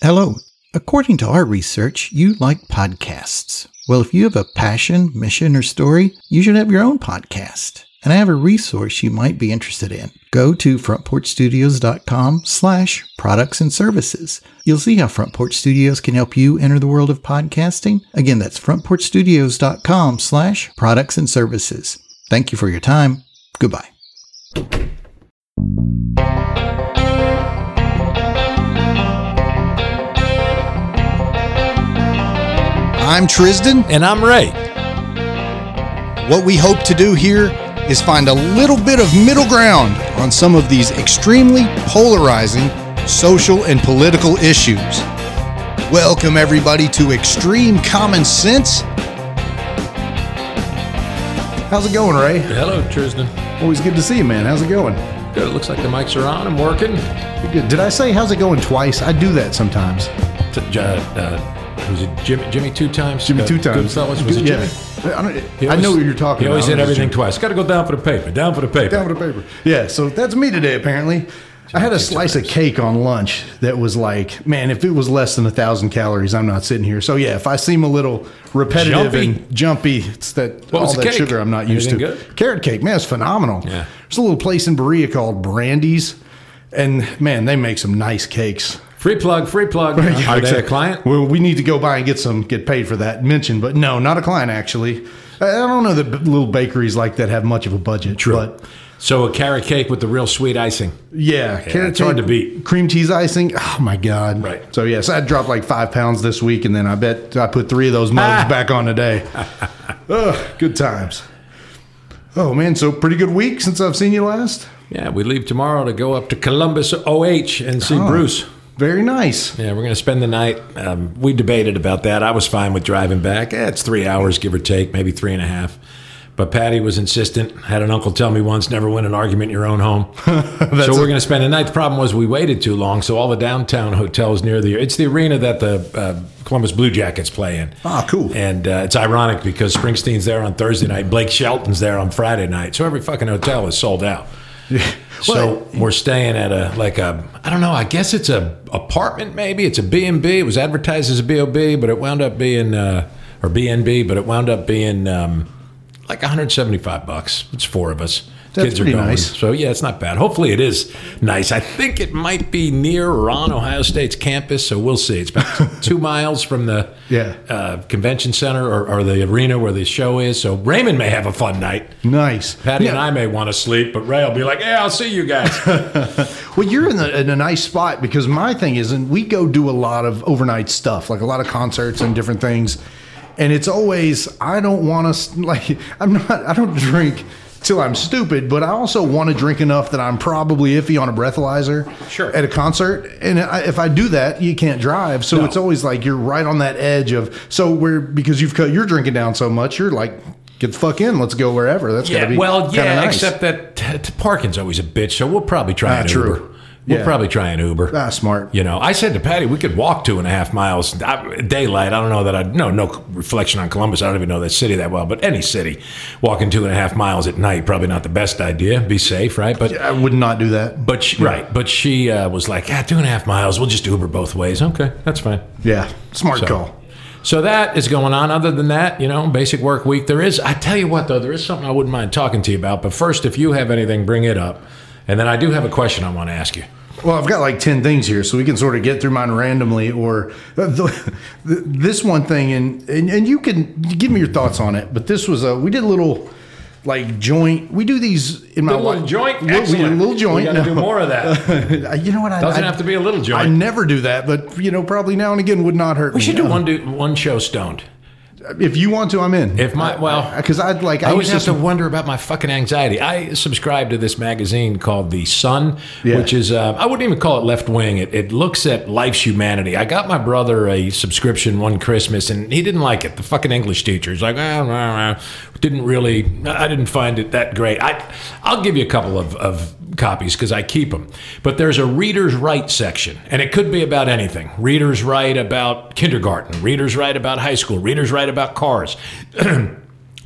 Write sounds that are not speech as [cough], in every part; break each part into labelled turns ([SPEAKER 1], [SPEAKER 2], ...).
[SPEAKER 1] Hello. According to our research, you like podcasts. Well, if you have a passion, mission, or story, you should have your own podcast. And I have a resource you might be interested in. Go to frontporchstudios.com slash products and services. You'll see how Front Porch Studios can help you enter the world of podcasting. Again, that's frontporchstudios.com slash products and services. Thank you for your time. Goodbye.
[SPEAKER 2] I'm Trisden.
[SPEAKER 3] And I'm Ray.
[SPEAKER 2] What we hope to do here is find a little bit of middle ground on some of these extremely polarizing social and political issues. Welcome, everybody, to Extreme Common Sense. How's it going, Ray?
[SPEAKER 3] Hello, Tristan.
[SPEAKER 4] Always good to see you, man. How's it going?
[SPEAKER 3] Good. It looks like the mics are on. I'm working.
[SPEAKER 4] Good. Did I say how's it going twice? I do that sometimes.
[SPEAKER 3] T- j- uh, was it Jimmy? Jimmy two times. Uh,
[SPEAKER 4] Jimmy two times.
[SPEAKER 3] Goodfellas. Was it Jimmy?
[SPEAKER 4] Yeah. I, don't,
[SPEAKER 3] He
[SPEAKER 4] I know
[SPEAKER 3] always-
[SPEAKER 4] what you're talking
[SPEAKER 3] He always
[SPEAKER 4] about.
[SPEAKER 3] did
[SPEAKER 4] I know it's
[SPEAKER 3] everything twice. Got to go down for the paper. Down for the paper.
[SPEAKER 4] Down with the paper. Yeah, so that's me today, apparently. I had a slice of cake on lunch that was like, man, if it was less than a thousand calories, I'm not sitting here. So yeah, if I seem a little repetitive
[SPEAKER 3] Jumpy.
[SPEAKER 4] and jumpy, it's that
[SPEAKER 3] What was
[SPEAKER 4] all
[SPEAKER 3] the
[SPEAKER 4] that
[SPEAKER 3] cake?
[SPEAKER 4] sugar I'm not used
[SPEAKER 3] Anything
[SPEAKER 4] to.
[SPEAKER 3] good?
[SPEAKER 4] Carrot cake, man, it's phenomenal.
[SPEAKER 3] Yeah.
[SPEAKER 4] There's a little place in Berea called Brandy's, and man, they make some nice cakes.
[SPEAKER 3] Free plug. Free plug. Are
[SPEAKER 4] Yeah,
[SPEAKER 3] they a
[SPEAKER 4] exact-
[SPEAKER 3] client?
[SPEAKER 4] Well, we need to go by and get some, get paid for that mention. But no, not a client actually. I I don't know that b- little bakeries like that have much of a budget. True. But
[SPEAKER 3] So a carrot cake with the real sweet icing.
[SPEAKER 4] yeah, carrot
[SPEAKER 3] it's hard
[SPEAKER 4] cake,
[SPEAKER 3] to beat.
[SPEAKER 4] Cream cheese icing. Oh my god.
[SPEAKER 3] Right.
[SPEAKER 4] So yes, I dropped like five pounds this week, and then I bet I put three of those
[SPEAKER 3] [laughs]
[SPEAKER 4] mugs back on today. Ugh, good times. Oh man, so pretty good week since I've seen you last.
[SPEAKER 3] Yeah, we leave tomorrow to go up to Columbus, OH, and see Bruce.
[SPEAKER 4] Very nice.
[SPEAKER 3] Yeah, we're going to spend the night. Um, we debated about that. I was fine with driving back. Eh, it's three hours, give or take, maybe three and a half. But Patty was insistent. Had an uncle tell me once, never win an argument in your own home. so we're going to spend the night. The problem was we waited too long. So all the downtown hotels near the it's the arena that the uh, Columbus Blue Jackets play in.
[SPEAKER 4] Ah, cool.
[SPEAKER 3] And uh, it's ironic because Springsteen's there on Thursday night, Blake Shelton's there on Friday night. So every fucking hotel is sold out. So we're staying at a like a I don't know I guess it's a apartment maybe it's a B and B it was advertised as a B.O.B. but it wound up being uh, or BNB but it wound up being um, like 175 bucks it's four of us
[SPEAKER 4] That's pretty nice.
[SPEAKER 3] so yeah it's not bad hopefully it is nice I think it might be near or on Ohio State's campus so we'll see
[SPEAKER 4] [laughs]
[SPEAKER 3] it's about two miles from the
[SPEAKER 4] Yeah.
[SPEAKER 3] uh, convention center or, or the arena where the show is so Raymond may have a fun night.
[SPEAKER 4] Nice.
[SPEAKER 3] Patty
[SPEAKER 4] Yeah.
[SPEAKER 3] and I may want to sleep, but Ray will be like, "Hey, I'll see you
[SPEAKER 4] [laughs]
[SPEAKER 3] guys."
[SPEAKER 4] Well, you're in, the, in a nice spot because my thing is, and we go do a lot of overnight stuff, like a lot of concerts and different things. And it's always, I don't want to, [laughs] like, I'm not, I don't drink till I'm stupid, but I also want to drink enough that I'm probably iffy on a breathalyzer
[SPEAKER 3] Sure.
[SPEAKER 4] at a concert. And I, if I do that, you can't drive. So
[SPEAKER 3] No.
[SPEAKER 4] it's always like you're right on that edge of, so where, because you've cut your drinking down so much, you're like, get the fuck in, let's go wherever. That's got to be
[SPEAKER 3] well,
[SPEAKER 4] kinda
[SPEAKER 3] yeah.
[SPEAKER 4] nice.
[SPEAKER 3] Except that t- t- parking's always a bitch, so we'll probably try
[SPEAKER 4] Ah,
[SPEAKER 3] an
[SPEAKER 4] true.
[SPEAKER 3] Uber. We'll
[SPEAKER 4] Yeah.
[SPEAKER 3] probably try an Uber.
[SPEAKER 4] Ah, smart.
[SPEAKER 3] You know, I said to Patty, we could walk two and a half miles I, daylight. I don't know that I no no reflection on Columbus. I don't even know that city that well, but any city walking two and a half miles at night probably not the best idea. Be safe, right? But
[SPEAKER 4] I would not do that.
[SPEAKER 3] but she, right, but she uh, was like, ah, two and a half miles. We'll just Uber both ways. Okay, that's fine.
[SPEAKER 4] Yeah, smart
[SPEAKER 3] So-
[SPEAKER 4] call.
[SPEAKER 3] So that is going on. Other than that, you know, basic work week. There is, I tell you what, though, there is something I wouldn't mind talking to you about. But first, if you have anything, bring it up. And then I do have a question I want to ask you.
[SPEAKER 4] Well, I've got like 10 things here, so we can sort of get through mine randomly or uh, the, [laughs] the, this one thing. And, and, and you can give me your thoughts on it. But this was a, we did a little like joint. We do these in my
[SPEAKER 3] A little
[SPEAKER 4] wa-
[SPEAKER 3] joint,
[SPEAKER 4] Well, we did
[SPEAKER 3] excellent.
[SPEAKER 4] a little joint.
[SPEAKER 3] We got to
[SPEAKER 4] [laughs]
[SPEAKER 3] do
[SPEAKER 4] no.
[SPEAKER 3] more of that.
[SPEAKER 4] you know what? I,
[SPEAKER 3] Doesn't
[SPEAKER 4] I-
[SPEAKER 3] have to be a little
[SPEAKER 4] I
[SPEAKER 3] joint.
[SPEAKER 4] never do that, but you know, probably now and again would not hurt. Uh,
[SPEAKER 3] we should do one do, one show stoned.
[SPEAKER 4] If you want to, I'm in.
[SPEAKER 3] If my well,
[SPEAKER 4] because I'd like
[SPEAKER 3] I
[SPEAKER 4] I,
[SPEAKER 3] always
[SPEAKER 4] used
[SPEAKER 3] have
[SPEAKER 4] to
[SPEAKER 3] to wonder about my fucking anxiety. I subscribe to this magazine called The Sun,
[SPEAKER 4] Yeah.
[SPEAKER 3] which is, uh, I wouldn't even call it left wing. It, it looks at life's humanity. I got my brother a subscription one Christmas and he didn't like it. The fucking English teacher is like, "Ah, rah, rah." didn't really, I didn't find it that great. I, I'll give you a couple of, of copies because I keep them. But there's a reader's right section, and it could be about anything. Reader's right about kindergarten, reader's right about high school, reader's right about cars. [clears throat]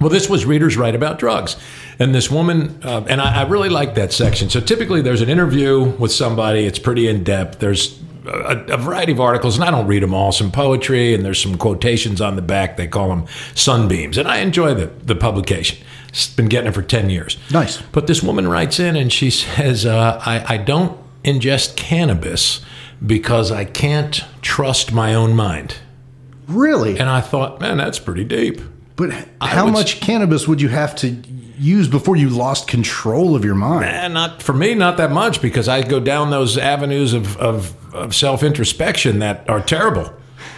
[SPEAKER 3] Well, this was Reader's Right about drugs. And this woman, uh, and I, I really like that section. So typically there's an interview with somebody, it's pretty in depth. There's a, a variety of articles, and I don't read them all. Some poetry, and there's some quotations on the back. They call them sunbeams, and I enjoy the the publication. It's been getting it for ten years.
[SPEAKER 4] Nice.
[SPEAKER 3] But this woman writes in, and she [laughs] says, uh, I, "I don't ingest cannabis because I can't trust my own mind."
[SPEAKER 4] Really?
[SPEAKER 3] And I thought, man, that's pretty deep.
[SPEAKER 4] But h- how
[SPEAKER 3] would
[SPEAKER 4] much cannabis would you have to use before you lost control of your mind?
[SPEAKER 3] And Eh, not for me, not that much because I go down those avenues of, of, of self introspection that are terrible.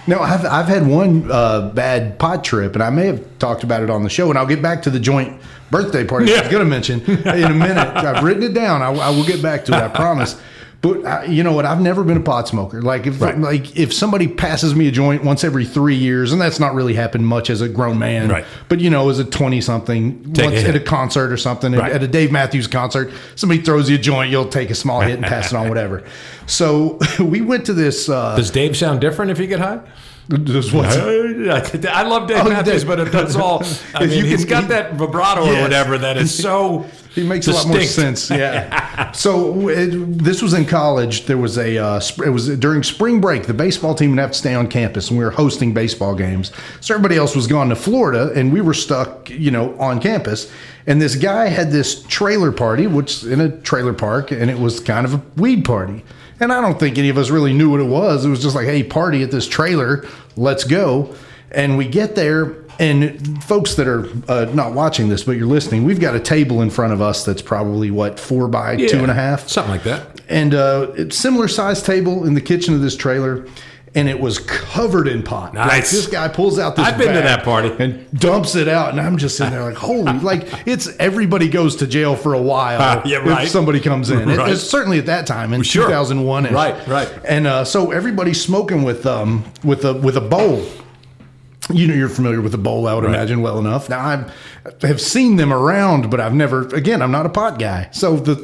[SPEAKER 4] No, I've, I've had one uh, bad pot trip, and I may have talked about it on the show, and I'll get back to the joint birthday party I was
[SPEAKER 3] Yeah.
[SPEAKER 4] going to mention in a minute.
[SPEAKER 3] [laughs]
[SPEAKER 4] I've written it down. I, I will get back to it, I promise. But I, you know what? I've never been a pot smoker. Like if
[SPEAKER 3] Right.
[SPEAKER 4] like if somebody passes me a joint once every three years, and that's not really happened much as a grown man,
[SPEAKER 3] Right.
[SPEAKER 4] But you know, as a twenty something,
[SPEAKER 3] Take a
[SPEAKER 4] once
[SPEAKER 3] hit.
[SPEAKER 4] at a concert or something,
[SPEAKER 3] Right.
[SPEAKER 4] at a Dave Matthews concert, somebody throws you a joint, you'll take a small hit and pass it
[SPEAKER 3] [laughs]
[SPEAKER 4] on, whatever. So [laughs] we went to this. Uh,
[SPEAKER 3] Does Dave sound different if you get high?
[SPEAKER 4] this what's
[SPEAKER 3] [laughs] I love Dave
[SPEAKER 4] Oh, he
[SPEAKER 3] Matthews,
[SPEAKER 4] did.
[SPEAKER 3] but
[SPEAKER 4] [laughs]
[SPEAKER 3] it does all. I
[SPEAKER 4] If
[SPEAKER 3] mean,
[SPEAKER 4] you
[SPEAKER 3] he's
[SPEAKER 4] can-
[SPEAKER 3] got that vibrato
[SPEAKER 4] Yes.
[SPEAKER 3] or whatever that
[SPEAKER 4] [laughs]
[SPEAKER 3] is so.
[SPEAKER 4] He makes a lot more
[SPEAKER 3] distinct.
[SPEAKER 4] sense. Yeah. so it, this was in college. There was a uh, sp- it was during spring break. The baseball team would have to stay on campus, and we were hosting baseball games. So everybody else was gone to Florida, and we were stuck, you know, on campus. And this guy had this trailer party, which in a trailer park, and it was kind of a weed party. And I don't think any of us really knew what it was. It was just like, hey, party at this trailer. Let's go. And we get there, and folks that are uh, not watching this, but you're listening, we've got a table in front of us that's probably what four by
[SPEAKER 3] Yeah,
[SPEAKER 4] two and a half,
[SPEAKER 3] something like that.
[SPEAKER 4] and uh, it's similar sized table in the kitchen of this trailer, and it was covered in pot. Like
[SPEAKER 3] Nice.
[SPEAKER 4] this guy pulls out this.
[SPEAKER 3] I've been to
[SPEAKER 4] bag
[SPEAKER 3] that party.
[SPEAKER 4] and dumps it out, and I'm just sitting there like, holy, like it's everybody goes to jail for a while
[SPEAKER 3] Ah, Yeah, right.
[SPEAKER 4] if somebody comes in. It-
[SPEAKER 3] Right.
[SPEAKER 4] it's certainly at that time in
[SPEAKER 3] Sure.
[SPEAKER 4] 2001. -ish.
[SPEAKER 3] Right, right.
[SPEAKER 4] And uh, so everybody's smoking with um with a with a bowl you know you're familiar with the bowl i would imagine well enough now I'm, i have seen them around but i've never again i'm not a pot guy so the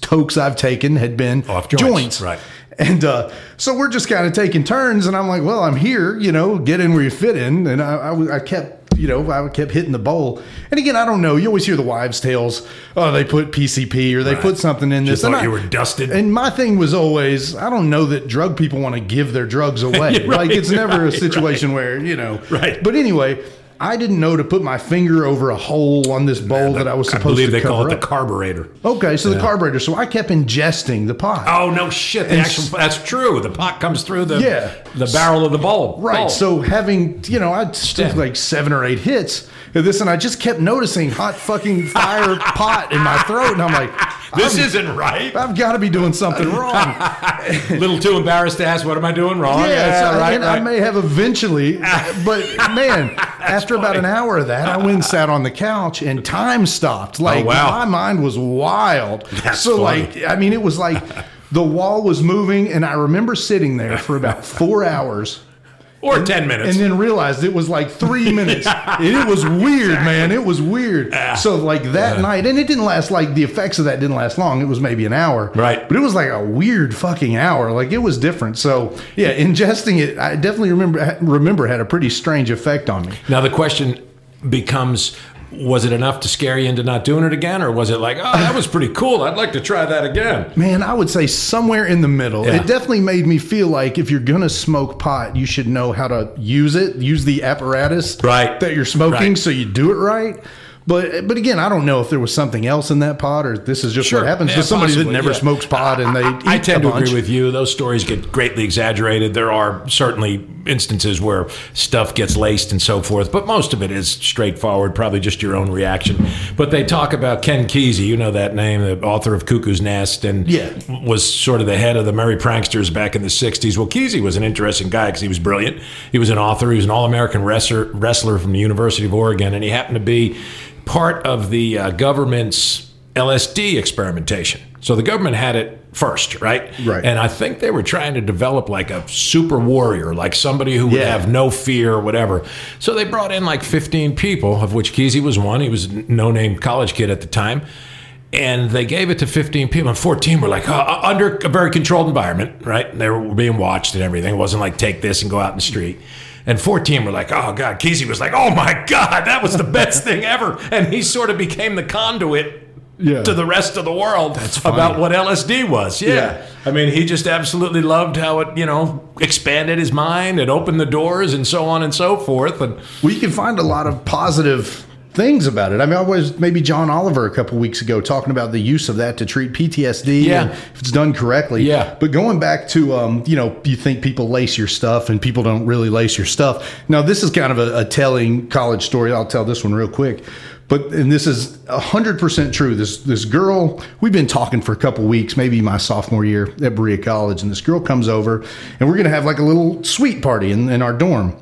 [SPEAKER 4] tokes i've taken had been
[SPEAKER 3] Off joints, right.
[SPEAKER 4] and uh, so we're just kind of taking turns and i'm like well i'm here you know get in where you fit in and i, I, was- I kept you know i kept hitting the bowl and again i don't know you always hear the wives tales oh they put pcp or they put something in this
[SPEAKER 3] Just
[SPEAKER 4] and
[SPEAKER 3] thought
[SPEAKER 4] I-
[SPEAKER 3] you were dusted.
[SPEAKER 4] and my thing was always, I don't know that drug people want to give their drugs
[SPEAKER 3] [laughs]
[SPEAKER 4] away.
[SPEAKER 3] Right,
[SPEAKER 4] like it's never a
[SPEAKER 3] right,
[SPEAKER 4] situation where you know.
[SPEAKER 3] Right.
[SPEAKER 4] But anyway, I didn't know to put my finger over a hole on this bowl that I was
[SPEAKER 3] I
[SPEAKER 4] supposed
[SPEAKER 3] believe
[SPEAKER 4] to
[SPEAKER 3] they
[SPEAKER 4] cover
[SPEAKER 3] call it
[SPEAKER 4] up.
[SPEAKER 3] the carburetor.
[SPEAKER 4] okay, so the carburetor. So I kept ingesting the pot.
[SPEAKER 3] Oh no, shit! The
[SPEAKER 4] And
[SPEAKER 3] actual,
[SPEAKER 4] s-
[SPEAKER 3] that's true. The pot comes through the
[SPEAKER 4] Yeah.
[SPEAKER 3] the barrel of the bulb.
[SPEAKER 4] Right.
[SPEAKER 3] Bulb.
[SPEAKER 4] So having, you know, I'd stick
[SPEAKER 3] Stem.
[SPEAKER 4] like seven or eight hits of this, and I just kept noticing hot fucking
[SPEAKER 3] [laughs]
[SPEAKER 4] fire pot in my throat, and I'm like,
[SPEAKER 3] this
[SPEAKER 4] I'm- [laughs]
[SPEAKER 3] isn't right.
[SPEAKER 4] I've got to be doing
[SPEAKER 3] [laughs]
[SPEAKER 4] something wrong.
[SPEAKER 3] A little too embarrassed to ask, what am I doing wrong?
[SPEAKER 4] Yeah, so
[SPEAKER 3] right,
[SPEAKER 4] again, I
[SPEAKER 3] right.
[SPEAKER 4] may have
[SPEAKER 3] [laughs]
[SPEAKER 4] eventually, but man, after about an hour of that, I went and sat on the couch and time stopped. Like
[SPEAKER 3] Oh, wow.
[SPEAKER 4] my mind was wild.
[SPEAKER 3] [laughs] That's
[SPEAKER 4] so
[SPEAKER 3] funny.
[SPEAKER 4] like, I mean, it was like the wall was moving, and I remember sitting there for about
[SPEAKER 3] [laughs]
[SPEAKER 4] four hours.
[SPEAKER 3] or ten minutes.
[SPEAKER 4] And then realized it was like
[SPEAKER 3] [laughs]
[SPEAKER 4] three minutes. And it was weird, man. It was weird. So like that night, and it didn't last like the effects of that didn't last long. It was maybe an hour.
[SPEAKER 3] Right.
[SPEAKER 4] But it was like a weird fucking hour. Like it was different. So yeah, ingesting it, I definitely remember remember had a pretty strange effect on me.
[SPEAKER 3] Now the question becomes: Was it enough to scare you into not doing it again, or was it like, oh, that was pretty cool. I'd like to try that again.
[SPEAKER 4] Man, I would say somewhere in the middle.
[SPEAKER 3] Yeah.
[SPEAKER 4] It definitely made me feel like if you're gonna smoke pot, you should know how to use it, use the apparatus
[SPEAKER 3] Right.
[SPEAKER 4] that you're smoking,
[SPEAKER 3] Right.
[SPEAKER 4] so you do it right. But but again, I don't know if there was something else in that pot or this is just
[SPEAKER 3] Sure.
[SPEAKER 4] what happens
[SPEAKER 3] Yeah,
[SPEAKER 4] to somebody
[SPEAKER 3] possibly,
[SPEAKER 4] that never
[SPEAKER 3] yeah.
[SPEAKER 4] smokes pot and they.
[SPEAKER 3] I
[SPEAKER 4] eat
[SPEAKER 3] tend
[SPEAKER 4] a
[SPEAKER 3] to
[SPEAKER 4] bunch.
[SPEAKER 3] agree with you. Those stories get greatly exaggerated. There are certainly instances where stuff gets laced and so forth, but most of it is straightforward, probably just your own reaction. But they talk about Ken Kesey, you know that name, the author of Cuckoo's Nest, and
[SPEAKER 4] Yeah.
[SPEAKER 3] was sort of the head of the Merry Pranksters back in the 60s. Well, Kesey was an interesting guy because he was brilliant. He was an author, he was an All American wrestler, wrestler from the University of Oregon, and he happened to be part of the uh, government's LSD experimentation. So the government had it first, right?
[SPEAKER 4] Right.
[SPEAKER 3] And I think they were trying to develop like a super warrior, like somebody who would
[SPEAKER 4] Yeah.
[SPEAKER 3] have no fear or whatever. So they brought in like 15 people, of which Kesey was one. He was a no name college kid at the time. And they gave it to 15 people, and 14 were like, uh, uh, under a very controlled environment, right? And they were being watched and everything. It wasn't like, take this and go out in the street. And 14 were like, oh, God. Kesey was like, oh, my God, that was the best thing ever. And he sort of became the conduit
[SPEAKER 4] Yeah.
[SPEAKER 3] to the rest of the world
[SPEAKER 2] funny.
[SPEAKER 3] about what LSD was. Yeah.
[SPEAKER 4] Yeah.
[SPEAKER 3] I mean, he just absolutely loved how it, you know, expanded his mind and opened the doors and so on and so forth. And
[SPEAKER 4] Well, you can find a lot of positive things about it. I mean, I was maybe John Oliver a couple weeks ago talking about the use of that to treat PTSD.
[SPEAKER 3] Yeah.
[SPEAKER 4] and if it's done correctly.
[SPEAKER 3] Yeah.
[SPEAKER 4] But going back to, um, you know, you think people lace your stuff and people don't really lace your stuff. Now, this is kind of a, a telling college story. I'll tell this one real quick. But and this is hundred percent true. This this girl, we've been talking for a couple weeks, maybe my sophomore year at Berea College, and this girl comes over, and we're gonna have like a little sweet party in, in our dorm,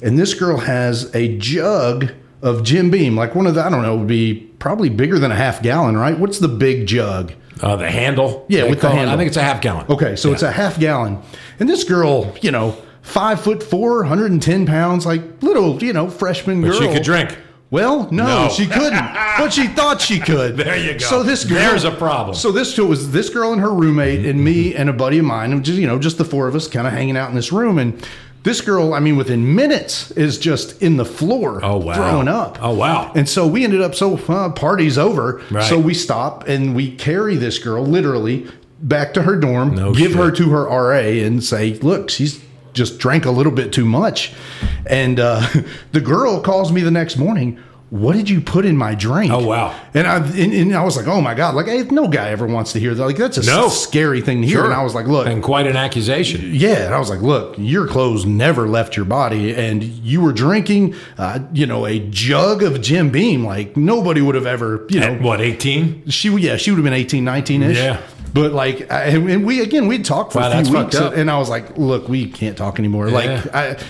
[SPEAKER 4] and this girl has a jug of Jim Beam, like one of the I don't know, would be probably bigger than a half gallon, right? What's the big jug?
[SPEAKER 3] uh, the handle.
[SPEAKER 4] Yeah,
[SPEAKER 3] they
[SPEAKER 4] with the
[SPEAKER 3] call it.
[SPEAKER 4] handle.
[SPEAKER 3] I think it's a half gallon.
[SPEAKER 4] Okay, so it's a half gallon. And this girl, you know, five foot four, 110 pounds, like little, you know, freshman girl.
[SPEAKER 3] She could drink.
[SPEAKER 4] Well, no,
[SPEAKER 3] No.
[SPEAKER 4] she couldn't. but she thought she could.
[SPEAKER 3] [laughs] There you go.
[SPEAKER 4] So this girl,
[SPEAKER 3] There's a problem.
[SPEAKER 4] So this it was this girl and her roommate and me and a buddy of mine, and just you know, just the four of us kind of hanging out in this room. And this girl, I mean, within minutes is just in the floor,
[SPEAKER 3] Oh, wow.
[SPEAKER 4] throwing up.
[SPEAKER 3] Oh, wow.
[SPEAKER 4] And so we ended up so uh, party's over.
[SPEAKER 3] Right.
[SPEAKER 4] So we stop and we carry this girl literally back to her dorm,
[SPEAKER 3] No
[SPEAKER 4] give her
[SPEAKER 3] shit.
[SPEAKER 4] to her RA, and say, "Look, she's just drank a little bit too much." And uh, [laughs] the girl calls me the next morning. What did you put in my drink?
[SPEAKER 3] Oh, wow.
[SPEAKER 4] And I and, and I was like, oh my god, like hey, no guy ever wants to hear that. Like that's a
[SPEAKER 3] No.
[SPEAKER 4] s- scary thing to hear. And I was like, look,
[SPEAKER 3] And quite an accusation.
[SPEAKER 4] yeah, and I was like, "Look, your clothes never left your body, and you were drinking, uh, you know, a jug of Jim Beam. Like nobody would have ever, you know,
[SPEAKER 3] At what, 18?
[SPEAKER 4] she yeah, she would have been 18, 19 ish.
[SPEAKER 3] Yeah.
[SPEAKER 4] But like, I, and and we again, we'd talked for
[SPEAKER 3] Wow,
[SPEAKER 4] a
[SPEAKER 3] that's
[SPEAKER 4] few
[SPEAKER 3] fucked
[SPEAKER 4] weeks,
[SPEAKER 3] up.
[SPEAKER 4] and I was like, "Look, we can't talk anymore." Like,
[SPEAKER 3] Yeah.
[SPEAKER 4] I.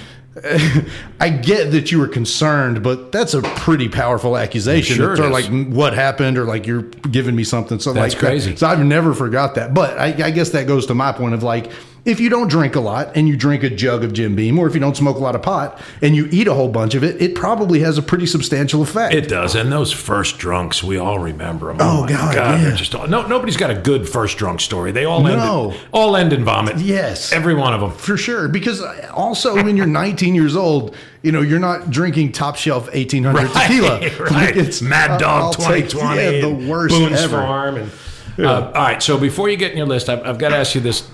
[SPEAKER 4] I [laughs] get that you were concerned, but that's a pretty powerful accusation.
[SPEAKER 3] Sure it
[SPEAKER 4] or
[SPEAKER 3] is.
[SPEAKER 4] like what happened, or like you're giving me something. So
[SPEAKER 3] That's
[SPEAKER 4] like,
[SPEAKER 3] crazy.
[SPEAKER 4] So I've never forgot that. But I, I guess that goes to my point of like, if you don't drink a lot and you drink a jug of Jim Beam, or if you don't smoke a lot of pot and you eat a whole bunch of it, it probably has a pretty substantial effect.
[SPEAKER 3] It does, and those first drunks, we all remember them. Oh, my
[SPEAKER 4] God,
[SPEAKER 3] they're
[SPEAKER 4] yeah.
[SPEAKER 3] just all, no. Nobody's got a good first drunk story. They all
[SPEAKER 4] No.
[SPEAKER 3] end, all end in vomit.
[SPEAKER 4] Yes.
[SPEAKER 3] every one of them.
[SPEAKER 4] for sure because also when you're 19 years old you know you're not drinking top shelf 1800 [laughs] tequila
[SPEAKER 3] [laughs] Right. Mad Dog
[SPEAKER 4] I'll take-
[SPEAKER 3] 2020.
[SPEAKER 4] yeah, the
[SPEAKER 3] and
[SPEAKER 4] worst
[SPEAKER 3] Boone's
[SPEAKER 4] ever
[SPEAKER 3] Farm and, uh, all right, so before you get in your list, I've, I've got to ask you this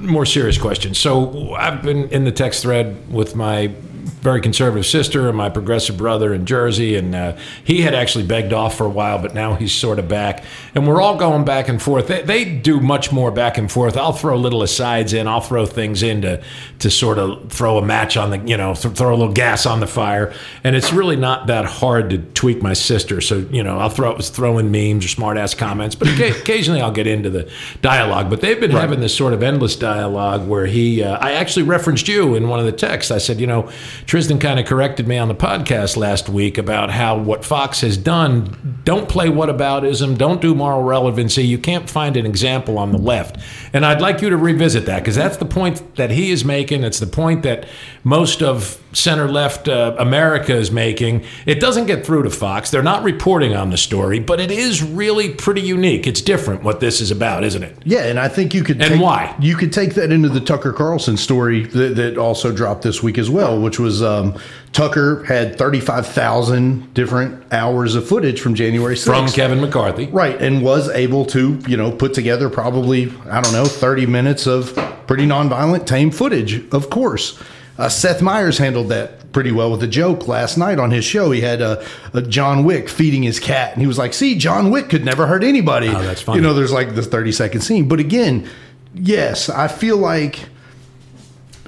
[SPEAKER 3] more serious question. So I've been in the text thread with my very conservative sister and my progressive brother in Jersey, and uh, he had actually begged off for a while, but now he's sort of back. And we're all going back and forth. They, they do much more back and forth. I'll throw little asides in. I'll throw things in to, to sort of throw a match on the, you know, th- throw a little gas on the fire. And it's really not that hard to tweak my sister. So, you know, I'll throw, throw in memes or smart ass comments, but occa- [laughs] occasionally I'll get into the dialogue. But they've been having this sort of endless dialogue where he, uh, I actually referenced you in one of the texts. I said, you know, Tristan kind of corrected me on the podcast last week about how what Fox has done, don't play whataboutism, don't do moral relevancy. You can't find an example on the left. And I'd like you to revisit that because that's the point that he is making. It's the point that most of center left uh, America is making. It doesn't get through to Fox. They're not reporting on the story, but it is really pretty unique. It's different what this is about, isn't it?
[SPEAKER 4] yeah and i think you could
[SPEAKER 3] And
[SPEAKER 4] take,
[SPEAKER 3] why?
[SPEAKER 4] you could take that into the tucker carlson story that, that also dropped this week as well which was um, tucker had 35000 different hours of footage from january 6th
[SPEAKER 3] From Kevin McCarthy.
[SPEAKER 4] Right, and was able to, you know, put together probably, I don't know, 30 minutes of pretty nonviolent, tame footage, of course. Uh, Seth Meyers handled that pretty well with a joke last night on his show. He had uh, a John Wick feeding his cat, and he was like, See, John Wick could never hurt anybody.
[SPEAKER 3] Oh, that's funny.
[SPEAKER 4] You know, there's like the 30 second scene. But again, yes, I feel like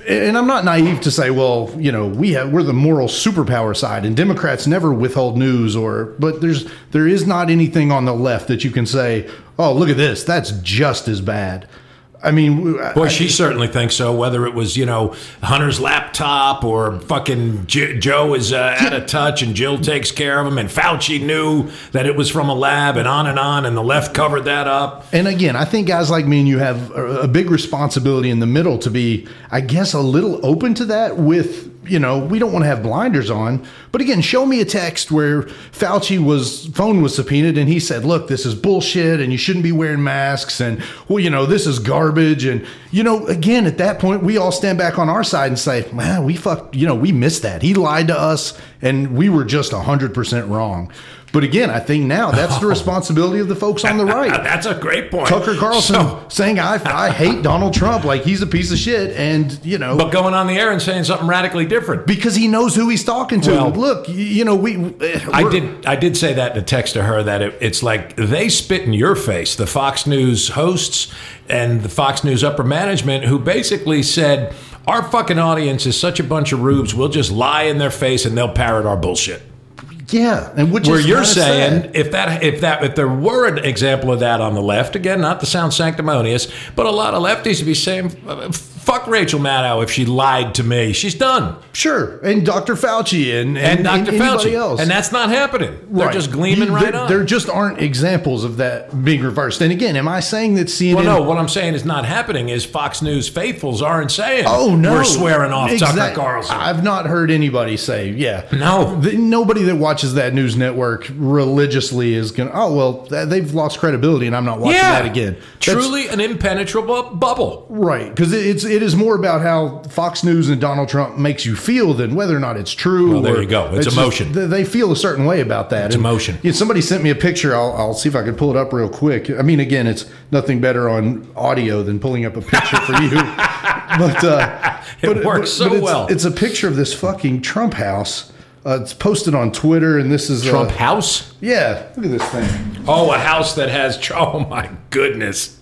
[SPEAKER 4] and I'm not naive to say, well, you know, we have we're the moral superpower side, and Democrats never withhold news or. But there's there is not anything on the left that you can say, oh, look at this, that's just as bad. I mean, w- I-
[SPEAKER 3] Boy, she certainly thinks so. Whether it was you know Hunter's laptop or fucking J- Joe is uh, out of touch and Jill takes care of him, and Fauci knew that it was from a lab, and on and on, and the left covered that up.
[SPEAKER 4] And again, I think guys like me and you have a, a big responsibility in the middle to be, I guess, a little open to that. With you know, we don't want to have blinders on. But again, show me a text where Fauci was phone was subpoenaed and he said, "Look, this is bullshit, and you shouldn't be wearing masks, and well, you know, this is garbage." And you know, again, at that point, we all stand back on our side and say, "Man, we fucked. You know, we missed that. He lied to us, and we were just hundred percent wrong." But again, I think now that's the responsibility of the folks on the right.
[SPEAKER 3] That's a great point.
[SPEAKER 4] Tucker Carlson
[SPEAKER 3] So-
[SPEAKER 4] saying I, I hate Donald Trump like he's a piece of shit and you know
[SPEAKER 3] but going on the air and saying something radically different.
[SPEAKER 4] because he knows who he's talking to.
[SPEAKER 3] Well,
[SPEAKER 4] Look, y- you know we eh,
[SPEAKER 3] I did. I did say that in a text to her that it, it's like they spit in your face. The Fox News hosts and the Fox News upper management, who basically said, "Our fucking audience is such a bunch of rubes. We'll just lie in their face and they'll parrot our bullshit."
[SPEAKER 4] yeah, and which
[SPEAKER 3] Where
[SPEAKER 4] is
[SPEAKER 3] you're
[SPEAKER 4] kinda
[SPEAKER 3] saying
[SPEAKER 4] sad.
[SPEAKER 3] if that if that if there were an example of that on the left, again, not to sound sanctimonious, but a lot of lefties would be saying, "Fuck Rachel Maddow if she lied to me. She's done."
[SPEAKER 4] sure, and Dr. Fauci and
[SPEAKER 3] And, Dr.
[SPEAKER 4] anybody
[SPEAKER 3] Fauci,
[SPEAKER 4] else,
[SPEAKER 3] and that's not happening. They're
[SPEAKER 4] Right.
[SPEAKER 3] just gleaming
[SPEAKER 4] You-
[SPEAKER 3] right
[SPEAKER 4] there,
[SPEAKER 3] on.
[SPEAKER 4] There just aren't examples of that being reversed. And again, am I saying that CNN?
[SPEAKER 3] Well, no, what I'm saying is not happening is Fox News faithfuls aren't saying,
[SPEAKER 4] Oh no!
[SPEAKER 3] we're swearing off Tucker
[SPEAKER 4] Exact- Ah,
[SPEAKER 3] Carlson.
[SPEAKER 4] I've not heard anybody say, yeah.
[SPEAKER 3] No.
[SPEAKER 4] The- nobody that watches that news network religiously is gonna. Oh well, th- they've lost credibility, and I'm not watching that again. That's-
[SPEAKER 3] Truly an impenetrable bu- bubble.
[SPEAKER 4] right? Because it, it's it is more about how Fox News and Donald Trump makes you feel than whether or not it's true.
[SPEAKER 3] Well, there
[SPEAKER 4] or-
[SPEAKER 3] you go. It's
[SPEAKER 4] just-
[SPEAKER 3] emotion.
[SPEAKER 4] they- they feel a certain way about that. It's
[SPEAKER 3] emotion.
[SPEAKER 4] Yeah, somebody sent me a picture. I'll, I'll see if I can pull it up real quick. I mean, again, it's nothing better on audio than pulling up a picture for you. [laughs] But uh,
[SPEAKER 3] [laughs] It works so
[SPEAKER 4] it's,
[SPEAKER 3] well.
[SPEAKER 4] It's a picture of this fucking Trump house. Uh, it's posted on Twitter, and this is uh,
[SPEAKER 3] Trump House?
[SPEAKER 4] Yeah, look at this thing.
[SPEAKER 3] Oh, a house that has. [laughs] tr- Oh, my goodness.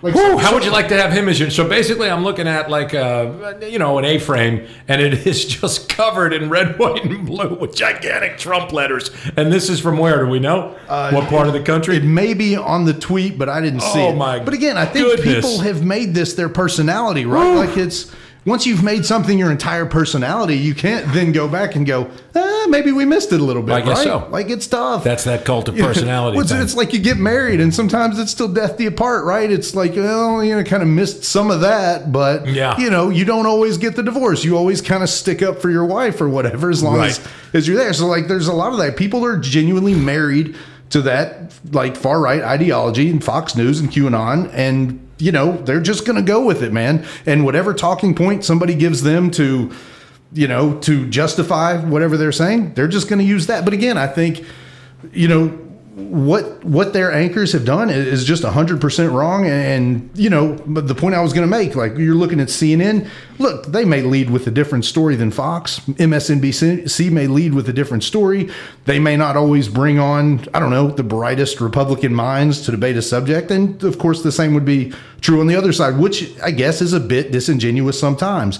[SPEAKER 4] Like,
[SPEAKER 3] Whew, how would you like to have him as your? So basically, I'm looking at like a, you know, an A-frame, and it [laughs] is just covered in red, [laughs] white, and blue with gigantic Trump letters. And this is from where? Do we know what part of the country?
[SPEAKER 4] Uh, It may be on the tweet, but I didn't see
[SPEAKER 3] Oh,
[SPEAKER 4] it.
[SPEAKER 3] my
[SPEAKER 4] but again, I think
[SPEAKER 3] goodness.
[SPEAKER 4] people have made this their personality, right? Like it's once you've made something your entire personality, you can't then go back and go, ah, maybe we missed it a little bit.
[SPEAKER 3] I guess
[SPEAKER 4] right?
[SPEAKER 3] so.
[SPEAKER 4] Like it's tough.
[SPEAKER 3] That's that cult
[SPEAKER 4] [laughs]
[SPEAKER 3] of
[SPEAKER 4] You know,
[SPEAKER 3] personality.
[SPEAKER 4] it's,
[SPEAKER 3] thing.
[SPEAKER 4] it's like you get married, and sometimes it's still death the apart, right? It's like, well, you know, kind of missed some of that, but
[SPEAKER 3] Yeah.
[SPEAKER 4] you know, you don't always get the divorce. You always kind of stick up for your wife or whatever, as long as,
[SPEAKER 3] Right.
[SPEAKER 4] as you're there. So, like, there's a lot of that. People are genuinely married to that, like, far right ideology and Fox News and QAnon, and you know, they're just gonna go with it, man. And whatever talking point somebody gives them to. You know, to justify whatever they're saying, they're just going to use that. But again, I think you know what what their anchors have done is is just 100% wrong and you know but the point i was going to make like you're looking at cnn look they may lead with a different story than fox msnbc may lead with a different story they may not always bring on i don't know the brightest republican minds to debate a subject and of course the same would be true on the other side which i guess is a bit disingenuous sometimes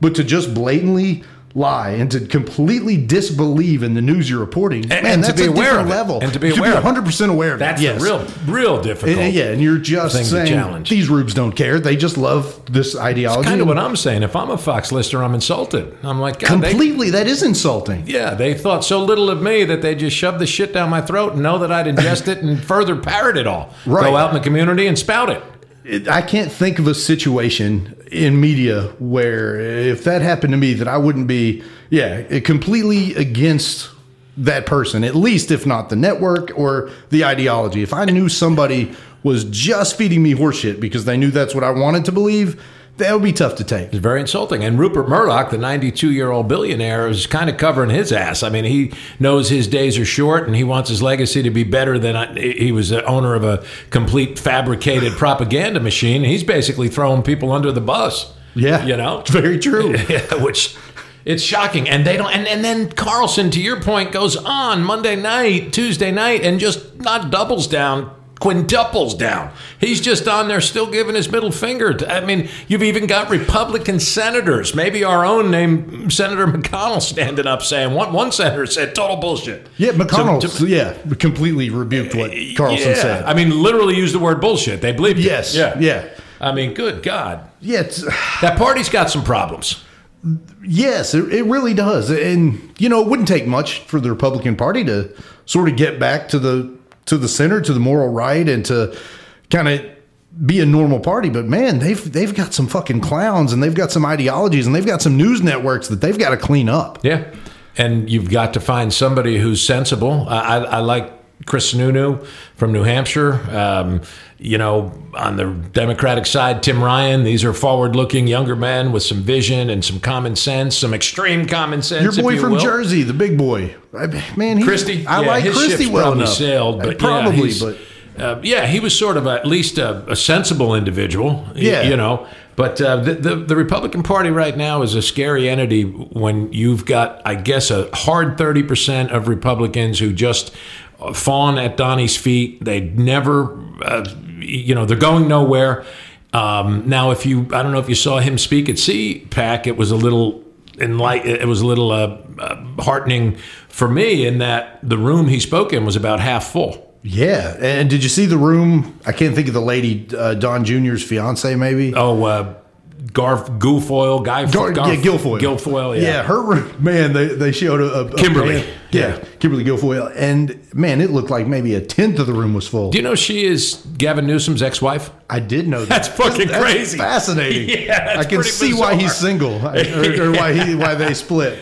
[SPEAKER 4] but to just blatantly lie and to completely disbelieve in the news you're reporting
[SPEAKER 3] And- and to
[SPEAKER 4] that's
[SPEAKER 3] be
[SPEAKER 4] a
[SPEAKER 3] aware
[SPEAKER 4] different
[SPEAKER 3] of it.
[SPEAKER 4] level
[SPEAKER 3] And to be
[SPEAKER 4] You should
[SPEAKER 3] aware of it.
[SPEAKER 4] 100% aware of
[SPEAKER 3] That's
[SPEAKER 4] it.
[SPEAKER 3] the
[SPEAKER 4] Yes.
[SPEAKER 3] real, real difficult.
[SPEAKER 4] And, and yeah, and you're
[SPEAKER 3] thing
[SPEAKER 4] just
[SPEAKER 3] to
[SPEAKER 4] saying
[SPEAKER 3] challenge.
[SPEAKER 4] these rubes don't care. They just love this ideology.
[SPEAKER 3] Kind of what I'm saying. If I'm a Fox listener, I'm insulted. I'm like, God, they-
[SPEAKER 4] completely. that is insulting.
[SPEAKER 3] yeah, they thought so little of me that they just shoved the shit down my throat and know that I'd ingest it and further parrot it all.
[SPEAKER 4] Right.
[SPEAKER 3] Go out in the community and spout it.
[SPEAKER 4] It- I can't think of a situation in media where if that happened to me, that I wouldn't be yeah it- completely against that person. At least if not the network or the ideology. If I knew somebody was just feeding me horseshit because they knew that's what I wanted to believe, that would be tough to take.
[SPEAKER 3] It's very insulting. And Rupert Murdoch, the 92 year old billionaire, is kind of covering his ass. I mean, he knows his days are short and he wants his legacy to be better than I, he was the owner of a complete fabricated propaganda machine. He's basically throwing people under the bus.
[SPEAKER 4] Yeah,
[SPEAKER 3] You know?
[SPEAKER 4] it's very true.
[SPEAKER 3] [laughs] Yeah, which it's shocking. And they don't and, and then Carlson, to your point, goes on Monday night, Tuesday night, and just not doubles down, quintuples down. He's just on there still giving his middle finger. To, I mean, you've even got Republican senators, maybe our own named Senator McConnell standing up saying one one senator said total bullshit.
[SPEAKER 4] Yeah, McConnell.
[SPEAKER 3] To- to-
[SPEAKER 4] yeah, completely rebuked what Carlson
[SPEAKER 3] yeah.
[SPEAKER 4] said.
[SPEAKER 3] I mean, literally used the word bullshit. They believed it.
[SPEAKER 4] yes. Yeah.
[SPEAKER 3] Yeah.
[SPEAKER 4] Yeah.
[SPEAKER 3] I mean, good God.
[SPEAKER 4] it's,
[SPEAKER 3] That party's got some problems.
[SPEAKER 4] yes. It, it really does. And you know, it wouldn't take much for the Republican Party to sort of get back to the to the center, to the moral right, and to kind of be a normal party. But man, they've they've got some fucking clowns, and they've got some ideologies, and they've got some news networks that they've got to clean up.
[SPEAKER 3] Yeah, and you've got to find somebody who's sensible. I, I, I like Chris Sununu from New Hampshire. Um, you know, on the Democratic side, Tim Ryan. These are forward-looking younger men with some vision and some common sense, some extreme common sense.
[SPEAKER 4] Your
[SPEAKER 3] if
[SPEAKER 4] boy
[SPEAKER 3] you
[SPEAKER 4] from
[SPEAKER 3] will.
[SPEAKER 4] Jersey, the big boy. I, man, he,
[SPEAKER 3] Christie.
[SPEAKER 4] I
[SPEAKER 3] Yeah,
[SPEAKER 4] like
[SPEAKER 3] his
[SPEAKER 4] Christie
[SPEAKER 3] ship's
[SPEAKER 4] well
[SPEAKER 3] probably
[SPEAKER 4] enough.
[SPEAKER 3] sailed, but yeah,
[SPEAKER 4] probably,
[SPEAKER 3] he's-
[SPEAKER 4] but
[SPEAKER 3] uh, yeah, he was sort of at least a, a sensible individual. y-
[SPEAKER 4] Yeah.
[SPEAKER 3] you know. But uh, the, the the Republican Party right now is a scary entity when you've got, I guess, a hard thirty percent of Republicans who just uh, fawn at Donnie's feet. They never, uh, you know, they're going nowhere. Um, now, if you, I don't know if you saw him speak at CPAC, it was a little enlight- it was a little uh, uh, heartening for me in that the room he spoke in was about half full.
[SPEAKER 4] yeah. And did you see the room? I can't think of the lady, uh, Don Jr.'s fiance, maybe.
[SPEAKER 3] Oh, uh, Garf Goofoil guy.
[SPEAKER 4] Gar-
[SPEAKER 3] Garf,
[SPEAKER 4] yeah, Guilfoyle.
[SPEAKER 3] Guilfoyle.
[SPEAKER 4] Yeah,
[SPEAKER 3] Yeah.
[SPEAKER 4] her room, man. They they showed a, a- a
[SPEAKER 3] Kimberly.
[SPEAKER 4] man- yeah, Kimberly Guilfoyle, and man, it looked like maybe a tenth of the room was full.
[SPEAKER 3] Do you know she is Gavin
[SPEAKER 4] [laughs]
[SPEAKER 3] Newsom's ex-wife?
[SPEAKER 4] I did know that.
[SPEAKER 3] That's fucking crazy.
[SPEAKER 4] fascinating.
[SPEAKER 3] [laughs] Yeah, that's
[SPEAKER 4] I can
[SPEAKER 3] pretty
[SPEAKER 4] see why he's
[SPEAKER 3] bizarre. [laughs]
[SPEAKER 4] single I- or, or why he why they split.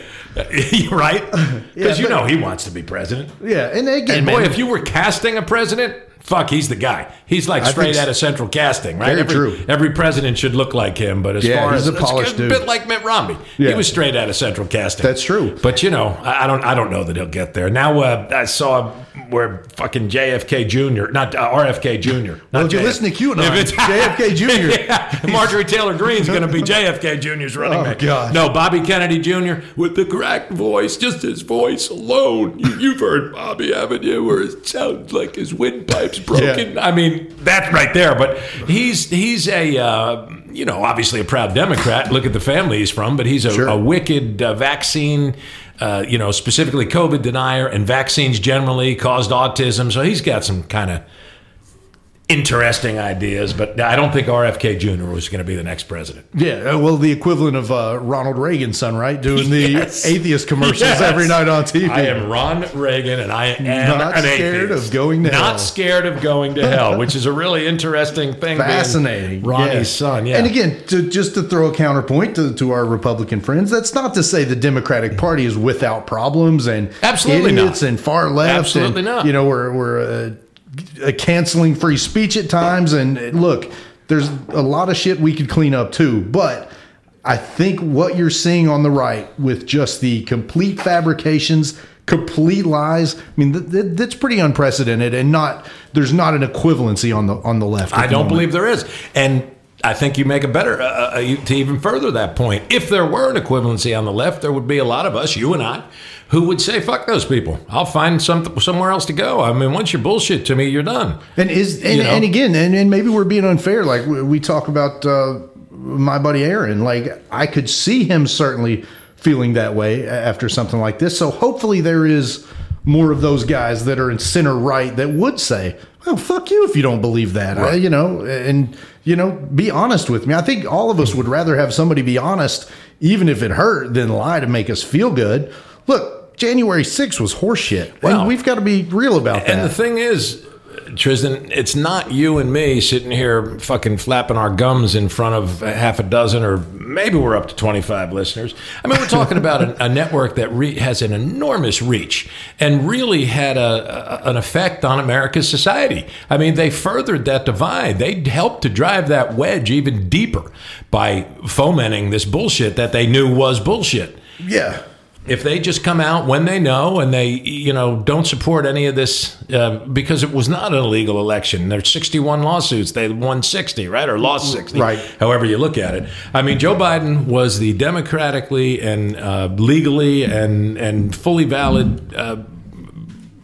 [SPEAKER 3] right? [laughs]
[SPEAKER 4] Yeah,
[SPEAKER 3] Because you
[SPEAKER 4] but-
[SPEAKER 3] know he wants to be president.
[SPEAKER 4] Yeah, and again,
[SPEAKER 3] And boy,
[SPEAKER 4] man,
[SPEAKER 3] if you were casting a president, fuck, he's the guy. He's like
[SPEAKER 4] I
[SPEAKER 3] straight
[SPEAKER 4] think
[SPEAKER 3] out of central casting, right?
[SPEAKER 4] very
[SPEAKER 3] every,
[SPEAKER 4] true.
[SPEAKER 3] Every president should look like him, but as
[SPEAKER 4] Yeah,
[SPEAKER 3] far
[SPEAKER 4] he's
[SPEAKER 3] as
[SPEAKER 4] a polished
[SPEAKER 3] it's a
[SPEAKER 4] dude.
[SPEAKER 3] bit like Mitt Romney, he
[SPEAKER 4] Yeah.
[SPEAKER 3] was straight out of central casting.
[SPEAKER 4] That's true.
[SPEAKER 3] But you know, I, I don't, I don't know that he'll get there. Now uh, I saw where fucking JFK Jr. not uh, RFK Jr. Not
[SPEAKER 4] if you
[SPEAKER 3] JFK.
[SPEAKER 4] listen to QAnon,
[SPEAKER 3] If it's-
[SPEAKER 4] JFK Jr..
[SPEAKER 3] [laughs] yeah, Marjorie Taylor Greene's going to be JFK Jr.'s running
[SPEAKER 4] Oh,
[SPEAKER 3] mate.
[SPEAKER 4] God.
[SPEAKER 3] No, Bobby Kennedy Jr. with the correct voice, just his voice alone. You, you've heard Bobby, haven't you? Where it sounds like his windpipe's broken. I mean, that right there. But he's he's a uh, you know obviously a proud Democrat. Look at the family he's from, but he's a,
[SPEAKER 4] Sure.
[SPEAKER 3] a wicked uh, vaccine. Uh, you know, specifically COVID denier and vaccines generally caused autism. So he's got some kind of interesting ideas, but I don't think RFK Jr. was going to be the next president.
[SPEAKER 4] yeah, uh, well, the equivalent of uh, Ronald Reagan's son, right? Doing the
[SPEAKER 3] [laughs] Yes.
[SPEAKER 4] atheist commercials
[SPEAKER 3] Yes.
[SPEAKER 4] every night on TV.
[SPEAKER 3] I am Ron Reagan, and I am
[SPEAKER 4] Not
[SPEAKER 3] an
[SPEAKER 4] scared
[SPEAKER 3] atheist.
[SPEAKER 4] of going to
[SPEAKER 3] Not
[SPEAKER 4] hell.
[SPEAKER 3] scared of going to hell, which is a really interesting thing. being
[SPEAKER 4] fascinating.
[SPEAKER 3] Ronnie's
[SPEAKER 4] yeah.
[SPEAKER 3] son, yeah.
[SPEAKER 4] And again, to, just to throw a counterpoint to, to our Republican friends, that's not to say the Democratic Party is without problems and
[SPEAKER 3] Absolutely not.
[SPEAKER 4] idiots and far left.
[SPEAKER 3] Absolutely
[SPEAKER 4] and,
[SPEAKER 3] not.
[SPEAKER 4] You know, we're we're uh, uh, canceling free speech at times. And uh, look, there's a lot of shit we could clean up too, but. I think what you're seeing on the right with just the complete fabrications, complete lies. I mean, th- th- that's pretty unprecedented, and not there's not an equivalency on the on the left. at
[SPEAKER 3] I
[SPEAKER 4] the
[SPEAKER 3] don't
[SPEAKER 4] moment.
[SPEAKER 3] believe there is. And I think you make a better, uh, uh, you- to even further that point, if there were an equivalency on the left, there would be a lot of us, you and I, who would say, fuck those people. I'll find some, somewhere else to go. I mean, once you're bullshit to me, you're done.
[SPEAKER 4] And is and,
[SPEAKER 3] You know?
[SPEAKER 4] and again, and, and maybe we're being unfair. Like we, we talk about uh, my buddy Aaron. Like I could see him certainly feeling that way a- after something like this. So hopefully there is more of those guys that are in center right that would say, "Well, fuck you if you don't believe that." I-
[SPEAKER 3] Right.
[SPEAKER 4] you know, and you know, be honest with me. I think all of us would rather have somebody be honest, even if it hurt, than lie to make us feel good. Look, January 6th was horseshit.
[SPEAKER 3] Well-
[SPEAKER 4] and we've got to be real about that.
[SPEAKER 3] And the thing is, Tristan, it's not you and me sitting here fucking flapping our gums in front of a half a dozen, or maybe we're up to 25 listeners. I mean, we're talking about a, a network that re- has an enormous reach and really had a, a- an effect on America's society. I mean, they furthered that divide. They helped to drive that wedge even deeper by fomenting this bullshit that they knew was bullshit
[SPEAKER 4] yeah.
[SPEAKER 3] if they just come out when they know and they you know don't support any of this uh, because it was not an illegal election there's 61 lawsuits they won 60 right or lost 60
[SPEAKER 4] Right.
[SPEAKER 3] however you look at it i mean joe biden was the democratically and uh, legally and and fully valid uh,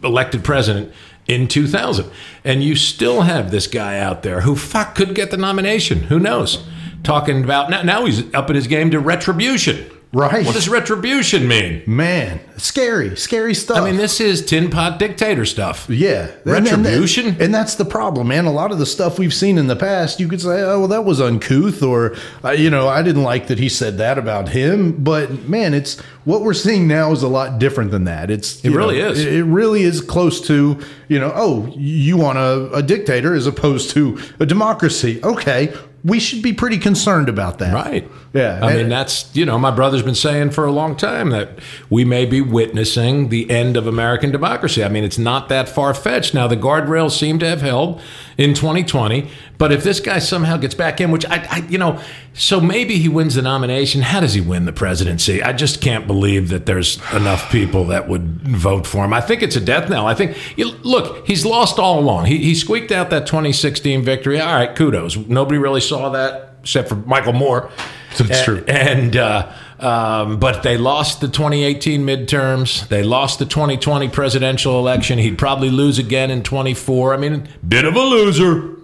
[SPEAKER 3] elected president in 2000 and you still have this guy out there who fuck could get the nomination who knows talking about now, now he's up at his game to retribution
[SPEAKER 4] Right.
[SPEAKER 3] what does retribution mean
[SPEAKER 4] Man, scary, scary stuff.
[SPEAKER 3] I mean, this is tin pot dictator stuff.
[SPEAKER 4] yeah, And- and-
[SPEAKER 3] Retribution?
[SPEAKER 4] and, that's the problem, man. A lot of the stuff we've seen in the past, you could say, "Oh, well, that was uncouth," or uh, you know, "I didn't like that he said that about him." But man, it's what we're seeing now is a lot different than that. It's it
[SPEAKER 3] really is.
[SPEAKER 4] It, it really is close to you know, oh, you want a, a dictator as opposed to a democracy. Okay, we should be pretty concerned about that.
[SPEAKER 3] Right.
[SPEAKER 4] Yeah.
[SPEAKER 3] I mean, that's, you know, my brother's been saying for a long time that we may be witnessing the end of American democracy. I mean, it's not that far fetched. Now, the guardrails seem to have held in 2020, but if this guy somehow gets back in, which I, I, you know, so maybe he wins the nomination. How does he win the presidency? I just can't believe that there's enough people that would vote for him. I think it's a death knell. I think, you, look, he's lost all along. He, he squeaked out that 2016 victory. All right, kudos. Nobody really saw that except for Michael Moore.
[SPEAKER 2] That's
[SPEAKER 3] And-
[SPEAKER 2] true.
[SPEAKER 3] And uh, um, but they lost the 2018 midterms. They lost the 2020 presidential election. He'd probably lose again in 24. I mean, bit of a loser.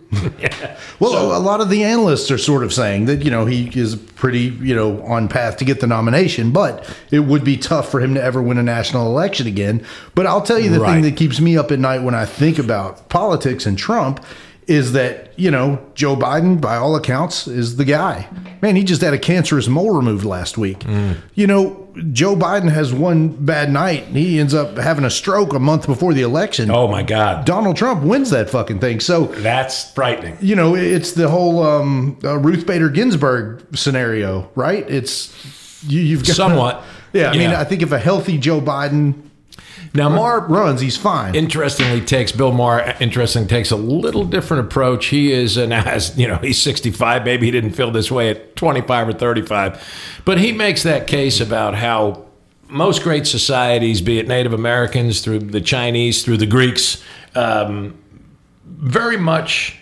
[SPEAKER 4] Well, a lot of the analysts are sort of saying that you know he is pretty you know on path to get the nomination, but it would be tough for him to ever win a national election again. But I'll tell you the
[SPEAKER 3] Right.
[SPEAKER 4] thing that keeps me up at night when I think about politics and Trump is that you know Joe Biden, by all accounts, is the guy. Man, he just had a cancerous mole removed last week.
[SPEAKER 3] Mm.
[SPEAKER 4] You know, Joe Biden has one bad night and he ends up having a stroke a month before the election.
[SPEAKER 3] Oh my God,
[SPEAKER 4] Donald Trump wins that fucking thing. So
[SPEAKER 3] that's frightening.
[SPEAKER 4] you know, it's the whole um, uh, Ruth Bader Ginsburg scenario, right? It's you, you've got
[SPEAKER 3] Somewhat.
[SPEAKER 4] [laughs] Yeah, I mean,
[SPEAKER 3] Yeah.
[SPEAKER 4] I think if a healthy Joe Biden
[SPEAKER 3] Now, Mar
[SPEAKER 4] runs, he's fine.
[SPEAKER 3] interestingly takes Bill Maher interesting takes a little different approach. He is and [laughs] as you know, he's 65, maybe he didn't feel this way at 25 or 35. But he makes that case about how most great societies, be it Native Americans through the Chinese, through the Greeks, um, very much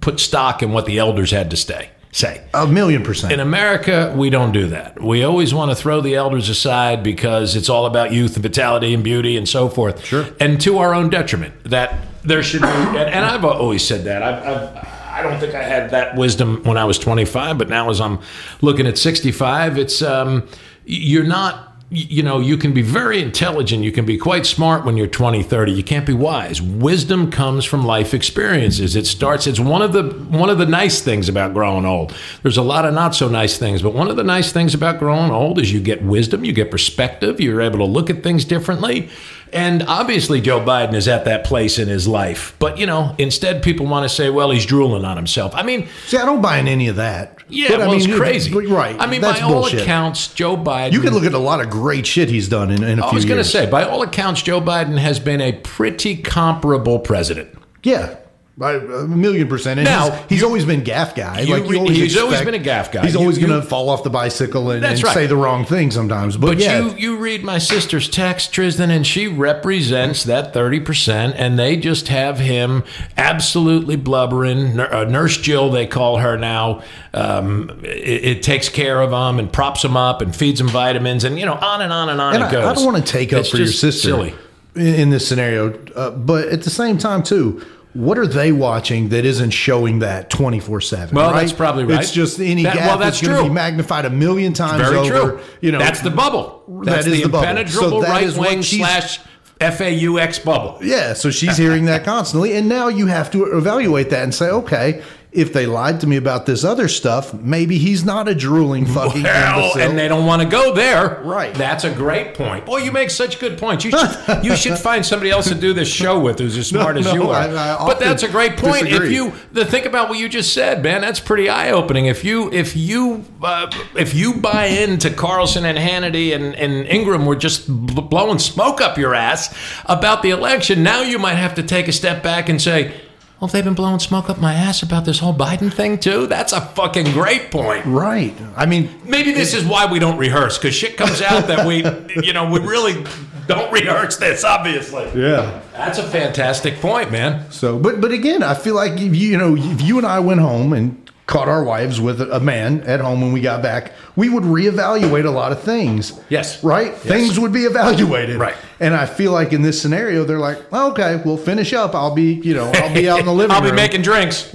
[SPEAKER 3] put stock in what the elders had to stay, say.
[SPEAKER 4] a million percent.
[SPEAKER 3] In America, we don't do that. We always want to throw the elders aside because it's all about youth and vitality and beauty and so forth. Sure. And to our own detriment, that there should be, and, and I've always said that. I've, I've, I don't think I had that wisdom when I was 25, but now as I'm looking at 65, it's, um, y- you're not, y- you know, you can be very intelligent. You can be quite smart when you're 20, 30. You can't be wise. Wisdom comes from life experiences. It starts. It's one of the one of the nice things about growing old. There's a lot of not so nice things, but one of the nice things about growing old is you get wisdom, you get perspective, you're able to look at things differently. And obviously, Joe Biden is at that place in his life. But you know, instead, people want to say, "Well, he's drooling on himself." I mean,
[SPEAKER 4] See, I don't buy in any of that.
[SPEAKER 3] yeah,
[SPEAKER 4] But,
[SPEAKER 3] well, it's
[SPEAKER 4] you-
[SPEAKER 3] crazy,
[SPEAKER 4] but, Right.
[SPEAKER 3] I mean,
[SPEAKER 4] that's
[SPEAKER 3] by all
[SPEAKER 4] bullshit.
[SPEAKER 3] accounts, Joe Biden.
[SPEAKER 4] you can look at a lot of great shit he's done in, in a few
[SPEAKER 3] I was going to
[SPEAKER 4] years.
[SPEAKER 3] say, by all accounts, Joe Biden has been a pretty comparable president.
[SPEAKER 4] yeah. By a million percent. And
[SPEAKER 3] Now,
[SPEAKER 4] he's, he's always been gaff guy.
[SPEAKER 3] you-
[SPEAKER 4] like you always
[SPEAKER 3] he's always
[SPEAKER 4] expect-
[SPEAKER 3] been a gaff guy.
[SPEAKER 4] He's
[SPEAKER 3] You-
[SPEAKER 4] always
[SPEAKER 3] you-
[SPEAKER 4] going to fall off the bicycle and,
[SPEAKER 3] That's
[SPEAKER 4] and
[SPEAKER 3] right.
[SPEAKER 4] say the wrong thing sometimes. But,
[SPEAKER 3] But
[SPEAKER 4] yeah,
[SPEAKER 3] you you read my sister's text, Tristan, and she represents that thirty percent, and they just have him absolutely blubbering. Nur- uh, Nurse Jill, they call her now. Um, it, it takes care of him and props him up and feeds him vitamins, and you know on and on and on
[SPEAKER 4] And
[SPEAKER 3] it
[SPEAKER 4] I,
[SPEAKER 3] goes.
[SPEAKER 4] I don't want to take up
[SPEAKER 3] It's
[SPEAKER 4] for your
[SPEAKER 3] just
[SPEAKER 4] sister
[SPEAKER 3] Silly.
[SPEAKER 4] In, in this scenario, uh, but at the same time, too, what are they watching that isn't showing that twenty four seven?
[SPEAKER 3] Well, that's probably right.
[SPEAKER 4] It's just any
[SPEAKER 3] That-
[SPEAKER 4] gap
[SPEAKER 3] well,
[SPEAKER 4] that's,
[SPEAKER 3] that's
[SPEAKER 4] going to be
[SPEAKER 3] true.
[SPEAKER 4] magnified a million times
[SPEAKER 3] Very
[SPEAKER 4] over.
[SPEAKER 3] true.
[SPEAKER 4] You know,
[SPEAKER 3] that's the bubble. That's
[SPEAKER 4] is
[SPEAKER 3] the
[SPEAKER 4] the bubble. So
[SPEAKER 3] impenetrable
[SPEAKER 4] that
[SPEAKER 3] right
[SPEAKER 4] is what
[SPEAKER 3] wing
[SPEAKER 4] she's-
[SPEAKER 3] slash FAUX bubble.
[SPEAKER 4] Yeah, so she's hearing that constantly, and now you have to evaluate that and say, okay, if they lied to me about this other stuff, maybe he's not a drooling fucking
[SPEAKER 3] Well,
[SPEAKER 4] imbecile.
[SPEAKER 3] and they don't want to go there.
[SPEAKER 4] Right.
[SPEAKER 3] That's a great point. Boy, you make such good points. You [laughs] should, you should find somebody else to do this show with who's as smart as
[SPEAKER 4] no,
[SPEAKER 3] you are.
[SPEAKER 4] I- I
[SPEAKER 3] but that's a
[SPEAKER 4] often
[SPEAKER 3] great point. If
[SPEAKER 4] disagree.
[SPEAKER 3] you the, think about what you just said, man, that's pretty eye opening. If you if you uh, if you buy into Carlson and Hannity and, and Ingram were just bl- blowing smoke up your ass about the election, now you might have to take a step back and say. Well, if they've been blowing smoke up my ass about this whole Biden thing too, that's a fucking great point.
[SPEAKER 4] right. I mean,
[SPEAKER 3] Maybe this is why we don't rehearse because shit comes out that we, you know, we really don't rehearse this. Obviously,
[SPEAKER 4] yeah.
[SPEAKER 3] that's a fantastic point, man.
[SPEAKER 4] So, but but again, I feel like if you, you know, if you and I went home and caught our wives with a man at home when we got back, we would reevaluate a lot of things.
[SPEAKER 3] Yes.
[SPEAKER 4] Right? Things would be evaluated.
[SPEAKER 3] Right.
[SPEAKER 4] And I feel like in this scenario, they're like, well, okay, we'll finish up. I'll be, you know, I'll be
[SPEAKER 3] [laughs]
[SPEAKER 4] out in the living
[SPEAKER 3] I'll be
[SPEAKER 4] room.
[SPEAKER 3] making drinks.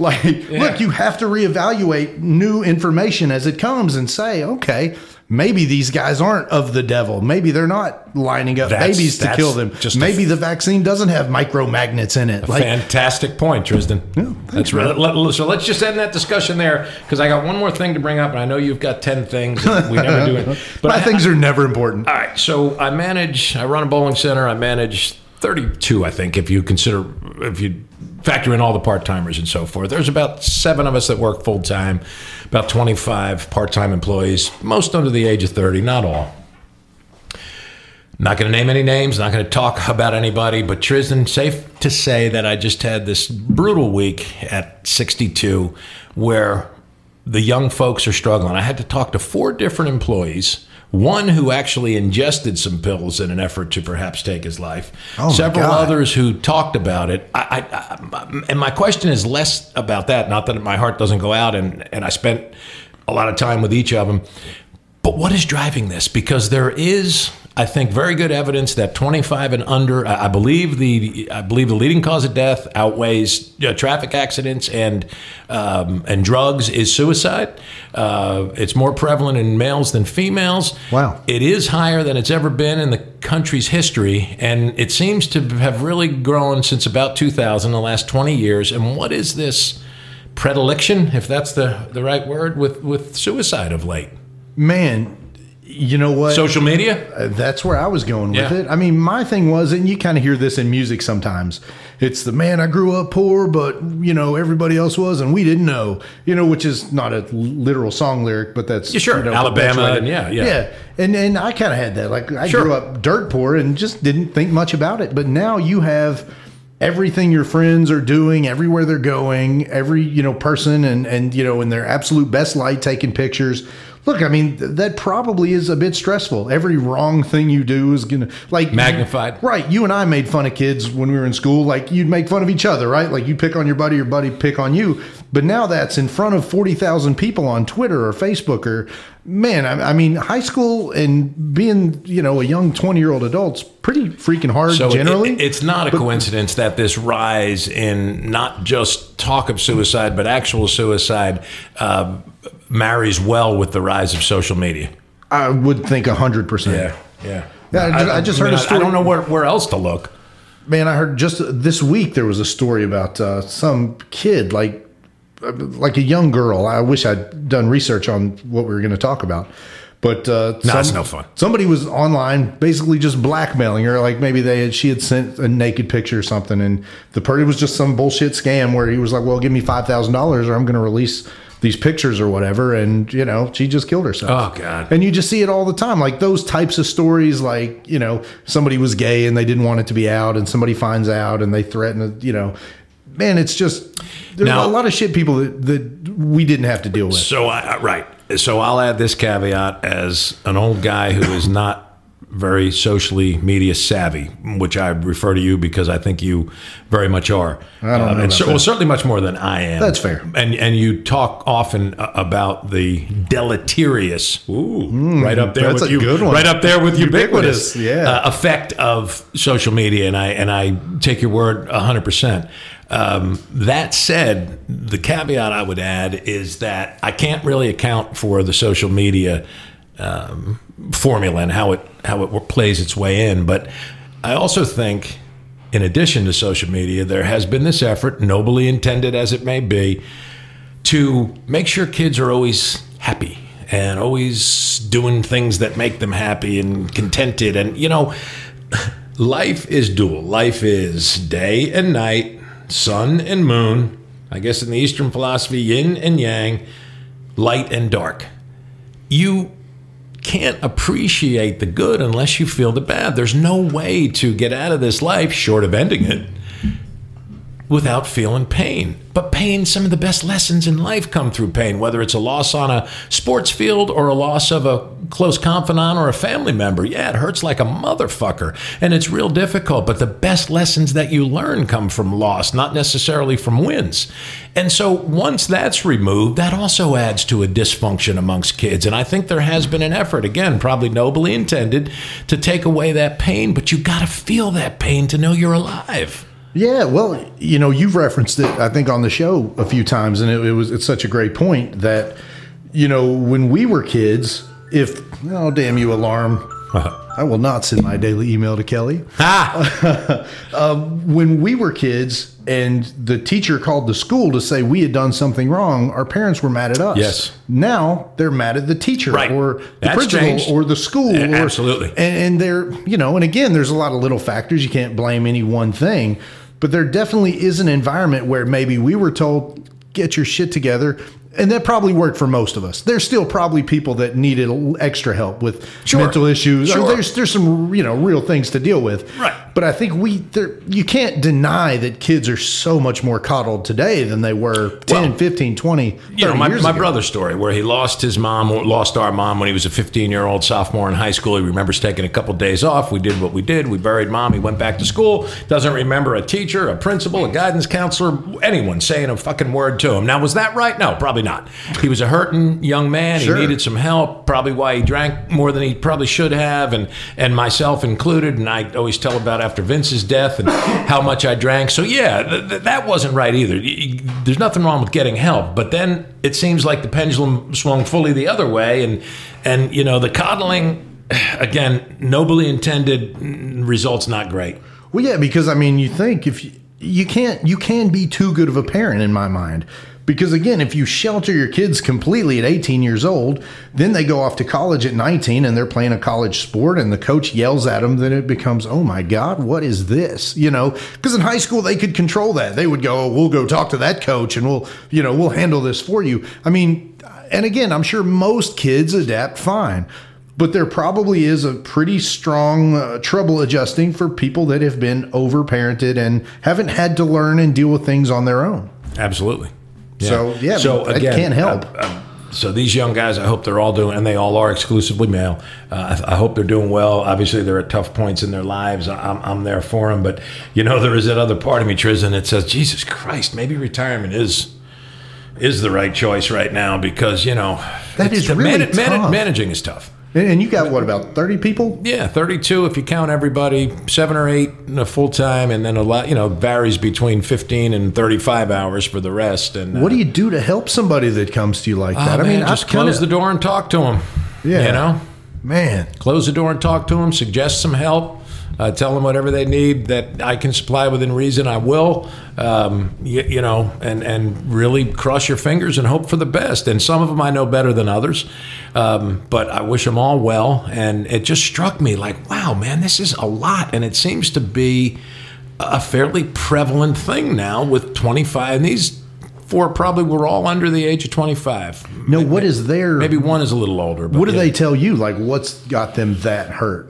[SPEAKER 4] [laughs] Like, look, you have to reevaluate new information as it comes and say, okay, maybe these guys aren't of the devil. Maybe they're not lining up
[SPEAKER 3] That's-
[SPEAKER 4] babies to
[SPEAKER 3] that's
[SPEAKER 4] kill them.
[SPEAKER 3] just a-
[SPEAKER 4] maybe the vaccine doesn't have micromagnets in it. Like,
[SPEAKER 3] fantastic point, Tristan. that's right. Let- let- so let's just end that discussion there because I got one more thing to bring up, and I know you've got ten things and we never
[SPEAKER 4] [laughs]
[SPEAKER 3] do it.
[SPEAKER 4] my
[SPEAKER 3] I-
[SPEAKER 4] things are never important.
[SPEAKER 3] All right. So I manage. I run a bowling center. I manage thirty-two, I think, if you consider if you factor in all the part timers and so forth. There's about seven of us that work full time, about 25 part time employees, most under the age of 30, not all. Not going to name any names, not going to talk [laughs] about anybody, but Tristan, safe to say that I just had this brutal week at 62 where the young folks are struggling. I had to talk to four different employees. One who actually ingested some pills in an effort to perhaps take his life.
[SPEAKER 2] Oh my
[SPEAKER 3] Several
[SPEAKER 2] God.
[SPEAKER 3] others who talked about it. I, I, I, and my question is less about that. Not that my heart doesn't go out, and and I spent a lot of time with each of them. But what is driving this? Because there is, I think, very good evidence that 25 and under, I I believe the I believe the leading cause of death outweighs uh, traffic accidents and um, and drugs is suicide. Uh, it's more prevalent in males than females.
[SPEAKER 4] Wow.
[SPEAKER 3] It is higher than it's ever been in the country's history, and it seems to have really grown since about 2000, the last 20 years. And what is this predilection, if that's the, the right word, with, with suicide of late?
[SPEAKER 4] Man, you know what?
[SPEAKER 3] Social media?
[SPEAKER 4] Uh, that's where I was going with
[SPEAKER 3] Yeah.
[SPEAKER 4] it. I mean, my thing was, and you kind of hear this in music sometimes. It's the man I grew up poor, but you know everybody else was, and we didn't know. You know, which is not a literal song lyric, but that's
[SPEAKER 3] Yeah, sure.
[SPEAKER 4] you know,
[SPEAKER 3] Alabama
[SPEAKER 4] perpetuated.
[SPEAKER 3] and yeah, yeah.
[SPEAKER 4] yeah. And and I kind of had that. Like I
[SPEAKER 3] Sure.
[SPEAKER 4] grew up dirt poor and just didn't think much about it. But now you have everything your friends are doing, everywhere they're going, every you know person and and you know in their absolute best light taking pictures. Look, I mean th- that probably is a bit stressful. Every wrong thing you do is gonna like
[SPEAKER 3] Magnified.
[SPEAKER 4] Right. You and I made fun of kids when we were in school. Like you'd make fun of each other, right? Like you pick on your buddy, your buddy pick on you. But now that's in front of 40,000 people on Twitter or Facebook or, man, I, I mean, high school and being, you know, a young 20 year old adult's pretty freaking hard
[SPEAKER 3] So it-
[SPEAKER 4] generally.
[SPEAKER 3] it- it's not a coincidence that this rise in not just talk of suicide, but actual suicide uh, marries well with the rise of social media.
[SPEAKER 4] I would think 100%.
[SPEAKER 3] yeah.
[SPEAKER 4] Yeah, I ju- I just heard a
[SPEAKER 3] I-
[SPEAKER 4] story-
[SPEAKER 3] I don't know where, where else to look.
[SPEAKER 4] Man, I heard just this week there was a story about uh, some kid, like like a young girl. I wish I'd done research on what we were going to talk about, but uh, some-
[SPEAKER 3] that's no fun.
[SPEAKER 4] Somebody was online, basically just blackmailing her. Like maybe they had, she had sent a naked picture or something, and the party was just some bullshit scam where he was like, "Well, give me five thousand dollars, or I'm going to release." These pictures or whatever, and you know, she just killed herself.
[SPEAKER 3] Oh, God.
[SPEAKER 4] And you just see it all the time. Like those types of stories, like, you know, somebody was gay and they didn't want it to be out, and somebody finds out and they threaten, it, you know. Man, it's just, there's a
[SPEAKER 3] Now-
[SPEAKER 4] lot of shit people that, that we didn't have to deal with.
[SPEAKER 3] So I I- right. So I'll add this caveat as an old guy who is not very socially media savvy, which I refer to you because I think you very much are. I don't know. well, certainly much more than I am.
[SPEAKER 4] That's fair.
[SPEAKER 3] And and you talk often a- about the deleterious. Ooh, right up there
[SPEAKER 4] that's
[SPEAKER 3] with
[SPEAKER 4] a
[SPEAKER 3] you.
[SPEAKER 4] good one.
[SPEAKER 3] Right up there with
[SPEAKER 4] Ubiquitous,
[SPEAKER 3] ubiquitous.
[SPEAKER 4] yeah.
[SPEAKER 3] Uh, effect of social media, and I and I take your word hundred percent. Um, that said, the caveat I would add is that I can't really account for the social media um, formula and how it how it plays its way in. But I also think, in addition to social media, there has been this effort, nobly intended as it may be, to make sure kids are always happy and always doing things that make them happy and contented. And, you know, life is dual. Life is day and night, sun and moon. I guess in the Eastern philosophy, yin and yang, light and dark. You can't appreciate the good unless you feel the bad. There's no way to get out of this life short of ending it without feeling pain. But pain, some of the best lessons in life come through pain, whether it's a loss on a sports field or a loss of a close confidant or a family member. Yeah, it hurts like a motherfucker and it's real difficult, but the best lessons that you learn come from loss, not necessarily from wins. And so once that's removed, that also adds to a dysfunction amongst kids. And I think there has been an effort, again, probably nobly intended, to take away that pain, but you gotta feel that pain to know you're alive. [laughs]
[SPEAKER 4] Yeah, well, you know, you've referenced it, I think, on the show a few times, and it, it was it's such a great point that, you know, when we were kids, if oh damn you alarm, I will not send my daily email to Kelly.
[SPEAKER 3] Ah!
[SPEAKER 4] when we were kids and the teacher called the school to say we had done something wrong, our parents were mad at us.
[SPEAKER 3] Yes.
[SPEAKER 4] Now they're mad at the teacher
[SPEAKER 3] Right.
[SPEAKER 4] or the
[SPEAKER 3] That's
[SPEAKER 4] principal
[SPEAKER 3] changed.
[SPEAKER 4] or the school.
[SPEAKER 3] A-
[SPEAKER 4] or-
[SPEAKER 3] absolutely.
[SPEAKER 4] And, and they're, you know, and again, there's a lot of little factors. You can't blame any one thing. But there definitely is an environment where maybe we were told, get your shit together. And that probably worked for most of us. There's still probably people that needed a l- extra help with
[SPEAKER 2] Sure.
[SPEAKER 4] mental issues. I mean,
[SPEAKER 2] Sure.
[SPEAKER 4] there's there's some you know real things to deal with.
[SPEAKER 3] Right.
[SPEAKER 4] But I think we there, you can't deny that kids are so much more coddled today than they were 10,
[SPEAKER 3] Well,
[SPEAKER 4] 15, 20, 30
[SPEAKER 3] you know, my,
[SPEAKER 4] years
[SPEAKER 3] my
[SPEAKER 4] ago.
[SPEAKER 3] brother's story where he lost his mom, lost our mom when he was a 15 year old sophomore in high school. He remembers taking a couple days off. We did what we did. We buried mom. He went back to school. Doesn't remember a teacher, a principal, a guidance counselor, anyone saying a fucking word to him. Now, was that right? No, probably not. He was a hurting young man.
[SPEAKER 4] Sure.
[SPEAKER 3] He needed some help. Probably why he drank more than he probably should have, and and myself included. And I always tell about after Vince's death and [coughs] how much I drank. So yeah, th- th- that wasn't right either. Y- y- There's nothing wrong with getting help, but then it seems like the pendulum swung fully the other way, and and you know the coddling. [sighs] Again, nobly intended n- results not great.
[SPEAKER 4] Well, yeah, because I mean, you think if you, you can't, you can be too good of a parent in my mind. Because again, if you shelter your kids completely at 18 years old, then they go off to college at 19 and they're playing a college sport and the coach yells at them, then it becomes, oh my God, what is this? You know, because in high school they could control that. They would go, oh, we'll go talk to that coach and we'll, you know, we'll handle this for you. I mean, and again, I'm sure most kids adapt fine, but there probably is a pretty strong uh, trouble adjusting for people that have been overparented and haven't had to learn and deal with things on their own.
[SPEAKER 3] Absolutely.
[SPEAKER 4] So, yeah,
[SPEAKER 3] So
[SPEAKER 4] that
[SPEAKER 3] again,
[SPEAKER 4] can't help.
[SPEAKER 3] uh, uh, so these young guys, I hope they're all doing, and they all are exclusively male. Uh, I, I hope they're doing well. Obviously, they're at tough points in their lives. I- I'm, I'm there for them, but you know, there is that other part of me, Tristan, that says, Jesus Christ, maybe retirement is is the right choice right now because you know
[SPEAKER 4] That
[SPEAKER 3] it's-
[SPEAKER 4] is really tough.
[SPEAKER 3] managing is tough.
[SPEAKER 4] And, and you got what about 30 people?
[SPEAKER 3] Yeah, 32 if you count everybody, seven or eight in a full time, and then a lot, you know, varies between 15 and 35 hours for the rest. And uh,
[SPEAKER 4] What do you do to help somebody that comes to you like that?
[SPEAKER 3] I mean, Ah, just
[SPEAKER 4] I've kinda-
[SPEAKER 3] close the door and talk to him.
[SPEAKER 4] Yeah.
[SPEAKER 3] You know,
[SPEAKER 4] man.
[SPEAKER 3] close the door and talk to him, suggest some help. Uh, tell them whatever they need that I can supply within reason. I will, um, you, you know, and and really cross your fingers and hope for the best. And some of them I know better than others, um, but I wish them all well. And it just struck me like, wow, man, this is a lot, and it seems to be a fairly prevalent thing now with 25. And these four probably were all under the age of 25.
[SPEAKER 4] No, what is their
[SPEAKER 3] Maybe one is a little older. But
[SPEAKER 4] Mm-hmm. what do
[SPEAKER 3] yeah.
[SPEAKER 4] they tell you? Like what's got them that hurt?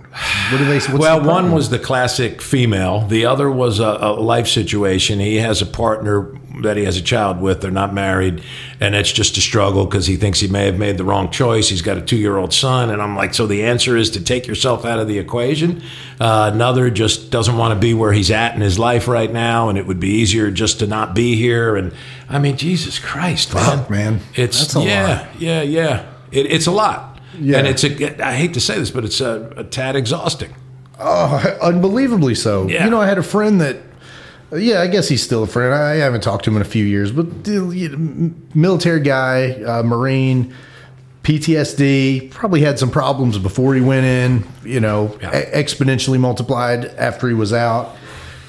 [SPEAKER 4] What do they what's
[SPEAKER 3] Well,
[SPEAKER 4] the
[SPEAKER 3] one
[SPEAKER 4] problem?
[SPEAKER 3] was the classic female. The other was a, a life situation. He has a partner that he has a child with. They're not married, and it's just a struggle because he thinks he may have made the wrong choice. He's got a two-year-old son, and I'm like, so the answer is to take yourself out of the equation. Uh, another just doesn't want to be where he's at in his life right now, and it would be easier just to not be here. And I mean, Jesus Christ, man.
[SPEAKER 4] Fuck, man.
[SPEAKER 3] It's
[SPEAKER 4] That's a lot.
[SPEAKER 3] yeah, yeah, yeah. It, it's a lot.
[SPEAKER 4] Yeah.
[SPEAKER 3] And it's a, I hate to say this, but it's a, a tad exhausting.
[SPEAKER 4] Oh, unbelievably so.
[SPEAKER 3] Yeah.
[SPEAKER 4] You know, I had a friend that, yeah, I guess he's still a friend. I haven't talked to him in a few years, but the- you know, m- military guy, uh, Marine, PTSD, probably had some problems before he went in, you know,
[SPEAKER 3] Yeah.
[SPEAKER 4] e- exponentially multiplied after he was out.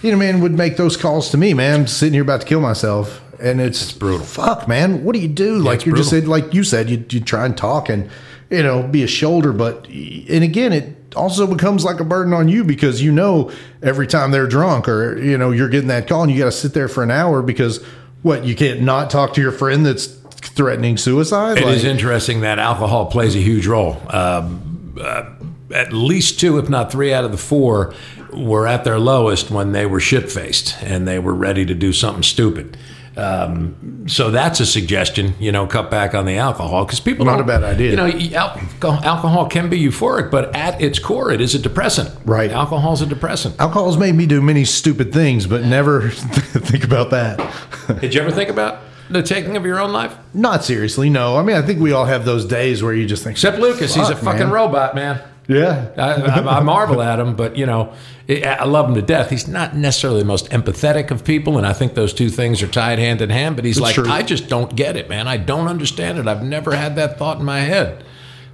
[SPEAKER 4] You know, man, would make those calls to me, man. I'm sitting here about to kill myself. And it's,
[SPEAKER 3] brutal.
[SPEAKER 4] Fuck, man. What do you do? like
[SPEAKER 3] it's
[SPEAKER 4] you're just
[SPEAKER 3] brutal.
[SPEAKER 4] saying, like you said, you, you try and talk and, you know, be a shoulder. But, and again, it also becomes like a burden on you because you know every time they're drunk or, you know, you're getting that call and you got to sit there for an hour because what? You can't not talk to your friend that's threatening suicide?
[SPEAKER 3] It
[SPEAKER 4] Like,
[SPEAKER 3] is interesting that alcohol plays a huge role. Um, uh, at least two, if not three, out of the four were at their lowest when they were shit faced and they were ready to do something stupid. Um, so that's a suggestion, you know, cut back on the alcohol because people
[SPEAKER 4] Not
[SPEAKER 3] don't-
[SPEAKER 4] a bad idea.
[SPEAKER 3] You know, you- al- alcohol can be euphoric, but at its core, it is a depressant.
[SPEAKER 4] Right.
[SPEAKER 3] Alcohol is
[SPEAKER 4] [laughs]
[SPEAKER 3] a depressant.
[SPEAKER 4] Alcohol's made me do many stupid things, but never [laughs] think about that. [laughs]
[SPEAKER 3] Did you ever think about the taking of your own life?
[SPEAKER 4] Not seriously, no. I mean, I think we all have those days where you just think,
[SPEAKER 3] Except Lucas, he's a
[SPEAKER 4] Fuck,
[SPEAKER 3] fucking
[SPEAKER 4] man.
[SPEAKER 3] robot, man.
[SPEAKER 4] yeah,
[SPEAKER 3] I, I, I marvel at him, but you know, I I love him to death. He's not necessarily the most empathetic of people, and I think those two things are tied hand in hand. But he's like,
[SPEAKER 4] true.
[SPEAKER 3] I just don't get it, man. I don't understand it. I've never had that thought in my head.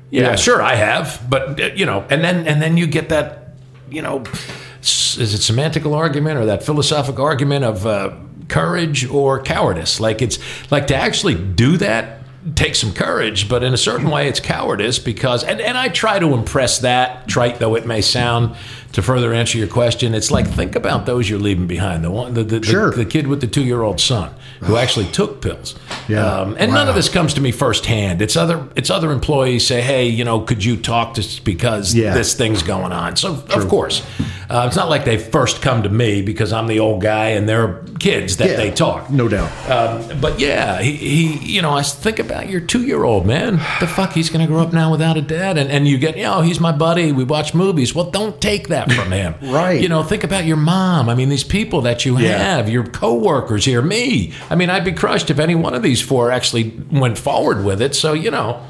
[SPEAKER 3] Yeah,
[SPEAKER 4] Yeah.
[SPEAKER 3] sure, I have, but uh, you know, and then and then you get that, you know, s- is it semantical argument or that philosophic argument of uh, courage or cowardice? Like it's like to actually do that takes some courage, but in a certain way, it's cowardice because, and, and I try to impress that, trite though it may sound, to further answer your question. It's like, think about those you're leaving behind. The one, the, the, the-
[SPEAKER 4] Sure.
[SPEAKER 3] the, kid with the two year old son
[SPEAKER 4] [sighs]
[SPEAKER 3] who actually took pills. Um,
[SPEAKER 4] Yeah.
[SPEAKER 3] and none
[SPEAKER 4] Wow.
[SPEAKER 3] of this comes to me firsthand. It's other, it's other employees say, hey, you know, could you talk to, us because
[SPEAKER 4] Yeah.
[SPEAKER 3] this thing's going on. So, of course, uh, it's not like they first come to me because I'm the old guy and they're kids that
[SPEAKER 4] Yeah,
[SPEAKER 3] they talk.
[SPEAKER 4] No doubt.
[SPEAKER 3] Um, but yeah, he, he, you know, I s- think about your two year old man. The fuck, he's going to grow up now without a dad. And, and you get, you know, he's my buddy. We watch movies. Well, don't take that from him.
[SPEAKER 4] [laughs] Right.
[SPEAKER 3] You know, think about your mom. I mean, these people that you
[SPEAKER 4] Yeah.
[SPEAKER 3] have, your coworkers here, me. I mean, I'd be crushed if any one of these four actually went forward with it. So, you know.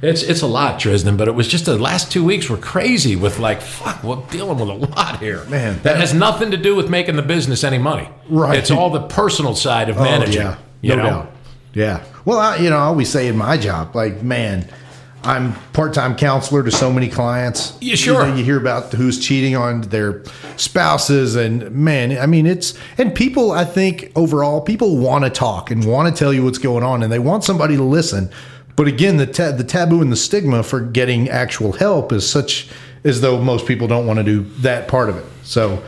[SPEAKER 3] It's, it's a lot, Dresden, but it was just the last two weeks were crazy with like, fuck, we're dealing with a lot here.
[SPEAKER 4] Man,
[SPEAKER 3] that,
[SPEAKER 4] that-
[SPEAKER 3] has nothing to do with making the business any money.
[SPEAKER 4] Right.
[SPEAKER 3] It's all the personal side of
[SPEAKER 4] Oh,
[SPEAKER 3] managing.
[SPEAKER 4] yeah,
[SPEAKER 3] you
[SPEAKER 4] no
[SPEAKER 3] know?
[SPEAKER 4] doubt. Yeah. Well, I, you know, I always say in my job, like, man, I'm part-time counselor to so many clients.
[SPEAKER 3] Yeah, sure.
[SPEAKER 4] You, know, you hear about who's cheating on their spouses, and man, I mean, it's and people. I think overall, people want to talk and want to tell you what's going on, and they want somebody to listen. But again, the ta- the taboo and the stigma for getting actual help is such as though most people don't want to do that part of it. So,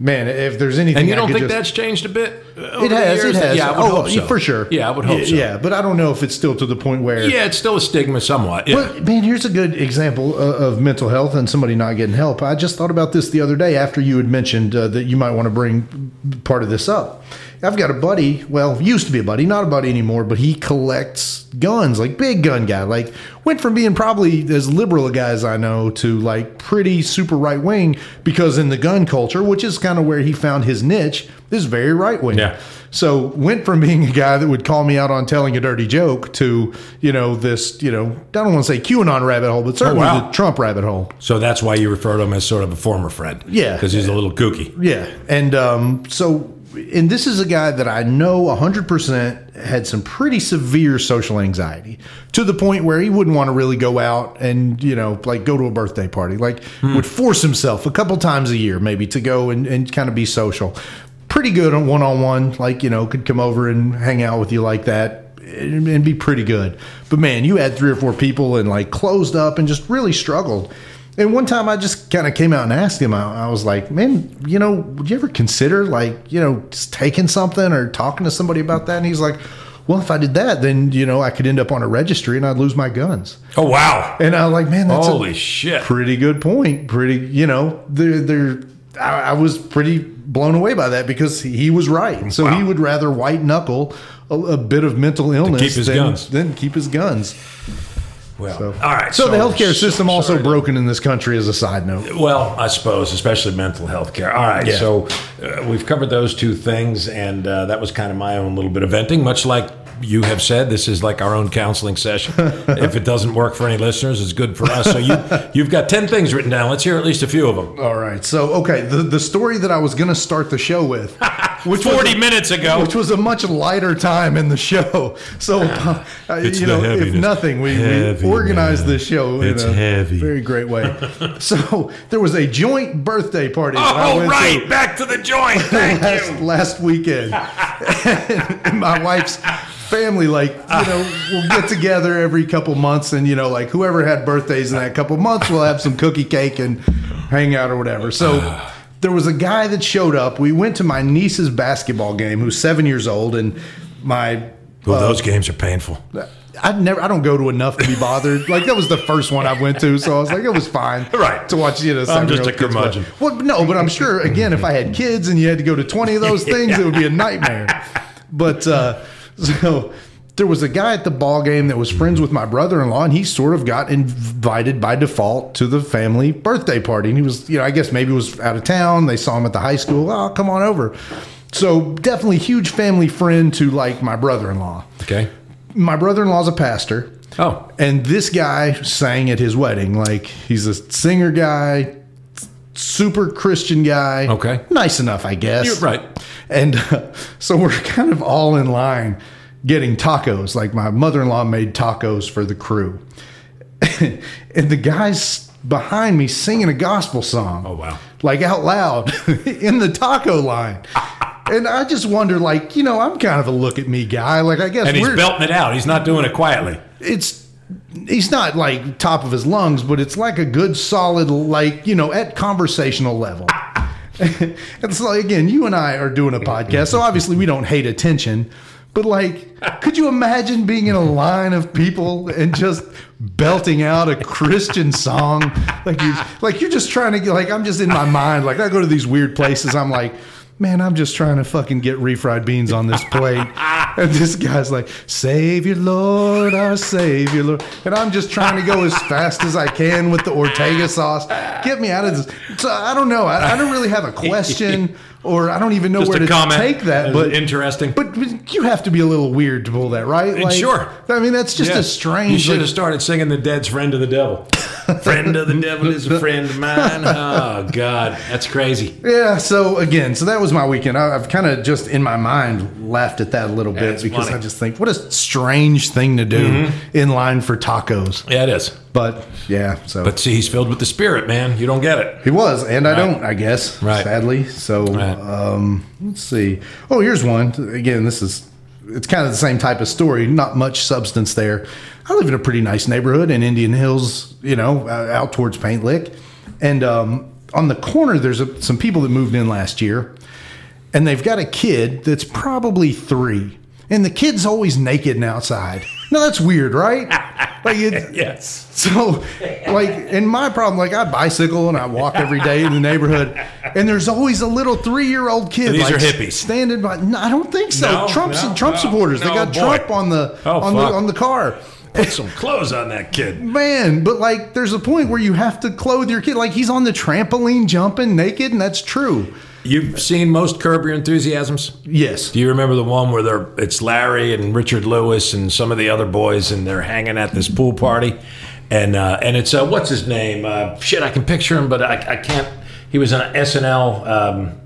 [SPEAKER 4] man, if there's anything,
[SPEAKER 3] And you
[SPEAKER 4] I
[SPEAKER 3] don't
[SPEAKER 4] could
[SPEAKER 3] think
[SPEAKER 4] just-
[SPEAKER 3] that's changed a bit? uh, over
[SPEAKER 4] it
[SPEAKER 3] the
[SPEAKER 4] has. It
[SPEAKER 3] years?
[SPEAKER 4] has.
[SPEAKER 3] Yeah, I would
[SPEAKER 4] oh,
[SPEAKER 3] hope so.
[SPEAKER 4] for sure.
[SPEAKER 3] Yeah, I would hope
[SPEAKER 4] yeah,
[SPEAKER 3] so. Yeah.
[SPEAKER 4] Yeah, but I don't know if it's still to the point where.
[SPEAKER 3] it's still a stigma somewhat. Yeah.
[SPEAKER 4] But man, here's a good example uh, of mental health and somebody not getting help. I just thought about this the other day after you had mentioned uh, that you might want to bring part of this up. I've got a buddy, well, used to be a buddy, not a buddy anymore, but he collects guns, like big gun guy. Like went from being probably as liberal a guy as I know to like pretty super right wing because in the gun culture, which is kind of where he found his niche, is very right wing.
[SPEAKER 3] Yeah.
[SPEAKER 4] So went from being a guy that would call me out on telling a dirty joke to, you know, this, you know, I don't want to say QAnon rabbit hole, but certainly
[SPEAKER 3] wow.
[SPEAKER 4] the Trump rabbit hole.
[SPEAKER 3] so that's why you refer to him as sort of a former friend.
[SPEAKER 4] Yeah.
[SPEAKER 3] Because he's a little kooky.
[SPEAKER 4] Yeah. And um, so, and this is a guy that I know 100% had some pretty severe social anxiety to the point where he wouldn't want to really go out and, you know, like go to a birthday party, like would force himself a couple times a year maybe to go and, and kind of be social. Pretty good on one on one, like, you know, could come over and hang out with you like that and, and be pretty good. But man, you had three or four people and like closed up and just really struggled. And one time I just kind of came out and asked him, I, I was like, man, you know, would you ever consider like, you know, just taking something or talking to somebody about that? And he's like, well, if I did that, then, you know, I could end up on a registry and I'd lose my guns.
[SPEAKER 3] Oh, wow.
[SPEAKER 4] And I was like, man, that's a-
[SPEAKER 3] Holy shit.
[SPEAKER 4] pretty good point. Pretty, you know, they're, they're, I, I was pretty blown away by that because he, he was right. So he would rather white knuckle a, a bit of mental illness
[SPEAKER 3] his
[SPEAKER 4] than,
[SPEAKER 3] guns.
[SPEAKER 4] than keep his guns.
[SPEAKER 3] Well,
[SPEAKER 4] So-
[SPEAKER 3] all right.
[SPEAKER 4] So, the healthcare
[SPEAKER 3] so-
[SPEAKER 4] system also broken in this country as a side note.
[SPEAKER 3] Well, I suppose, especially mental health care. All right,
[SPEAKER 4] Yeah.
[SPEAKER 3] so uh, we've covered those two things, and uh, that was kind of my own little bit of venting. Much like you have said, this is like our own counseling [laughs] session. if it doesn't work for any listeners, it's good for us. So you, you've got ten things written down. Let's hear at least a few of them.
[SPEAKER 4] All right. So okay, the, the story that I was going to start the show with, [laughs] which was-
[SPEAKER 3] Forty minutes ago,
[SPEAKER 4] which was a much lighter time in the show. So, uh,
[SPEAKER 3] It's
[SPEAKER 4] you
[SPEAKER 3] the
[SPEAKER 4] know, if
[SPEAKER 3] heaviness.
[SPEAKER 4] nothing, we,
[SPEAKER 3] Heavy,
[SPEAKER 4] we organized
[SPEAKER 3] man.
[SPEAKER 4] the show
[SPEAKER 3] It's
[SPEAKER 4] in a
[SPEAKER 3] heavy.
[SPEAKER 4] very great
[SPEAKER 3] [laughs]
[SPEAKER 4] way. so, there was a joint birthday party. that I
[SPEAKER 3] Oh,
[SPEAKER 4] went
[SPEAKER 3] right.
[SPEAKER 4] to
[SPEAKER 3] Back to the joint. [laughs] Thank
[SPEAKER 4] last,
[SPEAKER 3] you.
[SPEAKER 4] last weekend. [laughs] and my wife's family, like, you know, we'll get together every couple months and, you know, like whoever had birthdays in that couple months, we'll have some cookie cake and hang out or whatever. So there was a guy that showed up. We went to my niece's basketball game, who's seven years old, and my
[SPEAKER 3] Well, those games are painful.
[SPEAKER 4] I'd never. I don't go to enough to be bothered. Like that was the first one I went to, so I was like, it was fine,
[SPEAKER 3] [laughs] Right.
[SPEAKER 4] To watch, you know,
[SPEAKER 3] I'm just
[SPEAKER 4] seven-year-old
[SPEAKER 3] a
[SPEAKER 4] kids play.
[SPEAKER 3] curmudgeon.
[SPEAKER 4] Well, no, but I'm sure again, if I had kids and you had to go to 20 of
[SPEAKER 3] [laughs]
[SPEAKER 4] those things, it would be a nightmare. But uh, so there was a guy at the ball game that was friends with my brother-in-law, and he sort of got invited by default to the family birthday party. And he was, you know, I guess maybe was out of town. They saw him at the high school. Oh, come on over. So definitely huge family friend to like my brother-in-law
[SPEAKER 3] Okay.
[SPEAKER 4] my brother-in-law's a pastor
[SPEAKER 3] Oh.
[SPEAKER 4] and this guy sang at his wedding like he's a singer guy super christian guy
[SPEAKER 3] Okay.
[SPEAKER 4] nice enough i guess
[SPEAKER 3] You're right.
[SPEAKER 4] and [laughs] uh, so we're kind of all in line getting tacos like my mother-in-law made tacos for the crew [laughs] and the guys behind me singing a gospel song
[SPEAKER 3] Oh, wow.
[SPEAKER 4] [laughs] like out loud in the taco line And I just wonder, like, you know, I'm kind of a look at me guy. Like, I guess
[SPEAKER 3] And he's
[SPEAKER 4] we're-
[SPEAKER 3] belting it out. He's not doing it quietly.
[SPEAKER 4] it's he's not like top of his lungs, but it's like a good solid like you know at conversational level. [laughs] it's like again, you and I are doing a podcast, so obviously we don't hate attention. But like, could you imagine being in a line of people and just belting out a Christian song? Like you, like you're just trying to get. Like I'm just in my mind. Like I go to these weird places. I'm like, man, I'm just trying to fucking get refried beans on this
[SPEAKER 3] [laughs]
[SPEAKER 4] plate. And this guy's like, Savior Lord, our Savior Lord. And I'm just trying to go
[SPEAKER 3] [laughs]
[SPEAKER 4] as fast as I can with the Ortega sauce. Get me out of this. So I don't know. I, I don't really have a
[SPEAKER 3] [laughs]
[SPEAKER 4] question or I don't even know
[SPEAKER 3] Just
[SPEAKER 4] where
[SPEAKER 3] a
[SPEAKER 4] to
[SPEAKER 3] comment.
[SPEAKER 4] take that.
[SPEAKER 3] Is
[SPEAKER 4] But
[SPEAKER 3] it interesting?
[SPEAKER 4] But you have to be a little weird to pull that, right?
[SPEAKER 3] Uh, sure.
[SPEAKER 4] I mean, that's just a
[SPEAKER 3] Yeah. You
[SPEAKER 4] strange.
[SPEAKER 3] should
[SPEAKER 4] like-
[SPEAKER 3] have started singing the Dead's "Friend of the [laughs] Devil." friend of the devil is a friend of mine. [laughs] Oh God, that's crazy.
[SPEAKER 4] yeah. So again, so that was my weekend. I, I've kind of just in my mind laughed at that a little bit
[SPEAKER 3] it's
[SPEAKER 4] because
[SPEAKER 3] funny. Mm-hmm.
[SPEAKER 4] I just think what a strange thing to do in line for tacos.
[SPEAKER 3] Yeah, it is.
[SPEAKER 4] But yeah, so
[SPEAKER 3] But see, he's filled with the Spirit, man. You don't get it.
[SPEAKER 4] he was, and I don't, I guess,
[SPEAKER 3] Right.
[SPEAKER 4] sadly. So
[SPEAKER 3] Right.
[SPEAKER 4] um, let's see. Oh, here's one. Again, this is it's kind of the same type of story. Not much substance there. I live in a pretty nice neighborhood in Indian Hills, you know, uh, out towards Paint Lick, and um, on the corner there's a, some people that moved in last year, and they've got a kid that's probably three, and the kid's always naked and outside. Now that's weird,
[SPEAKER 3] [laughs]
[SPEAKER 4] right? Like it,
[SPEAKER 3] Yes.
[SPEAKER 4] [laughs] so, like, and my problem, like, I bicycle and I walk every day in the neighborhood, and there's always a little three-year-old kid.
[SPEAKER 3] These
[SPEAKER 4] like,
[SPEAKER 3] are hippies.
[SPEAKER 4] standing by. No, I don't think so.
[SPEAKER 3] No,
[SPEAKER 4] Trump's
[SPEAKER 3] no,
[SPEAKER 4] Trump
[SPEAKER 3] no,
[SPEAKER 4] supporters. they
[SPEAKER 3] no,
[SPEAKER 4] got
[SPEAKER 3] boy.
[SPEAKER 4] Trump on the
[SPEAKER 3] Oh,
[SPEAKER 4] on the
[SPEAKER 3] fuck.
[SPEAKER 4] on the car.
[SPEAKER 3] Put some clothes on that kid.
[SPEAKER 4] Man, but like, there's a point where you have to clothe your kid. Like, he's on the trampoline jumping naked, and that's true.
[SPEAKER 3] You've seen most Curb Your Enthusiasms.
[SPEAKER 4] Yes.
[SPEAKER 3] Do you remember the one where they're it's Larry and Richard Lewis and some of the other boys and they're hanging at this pool party, and uh, and it's uh, what's his name? Uh, shit, I can picture him, but I, I can't. He was on SNL. Um,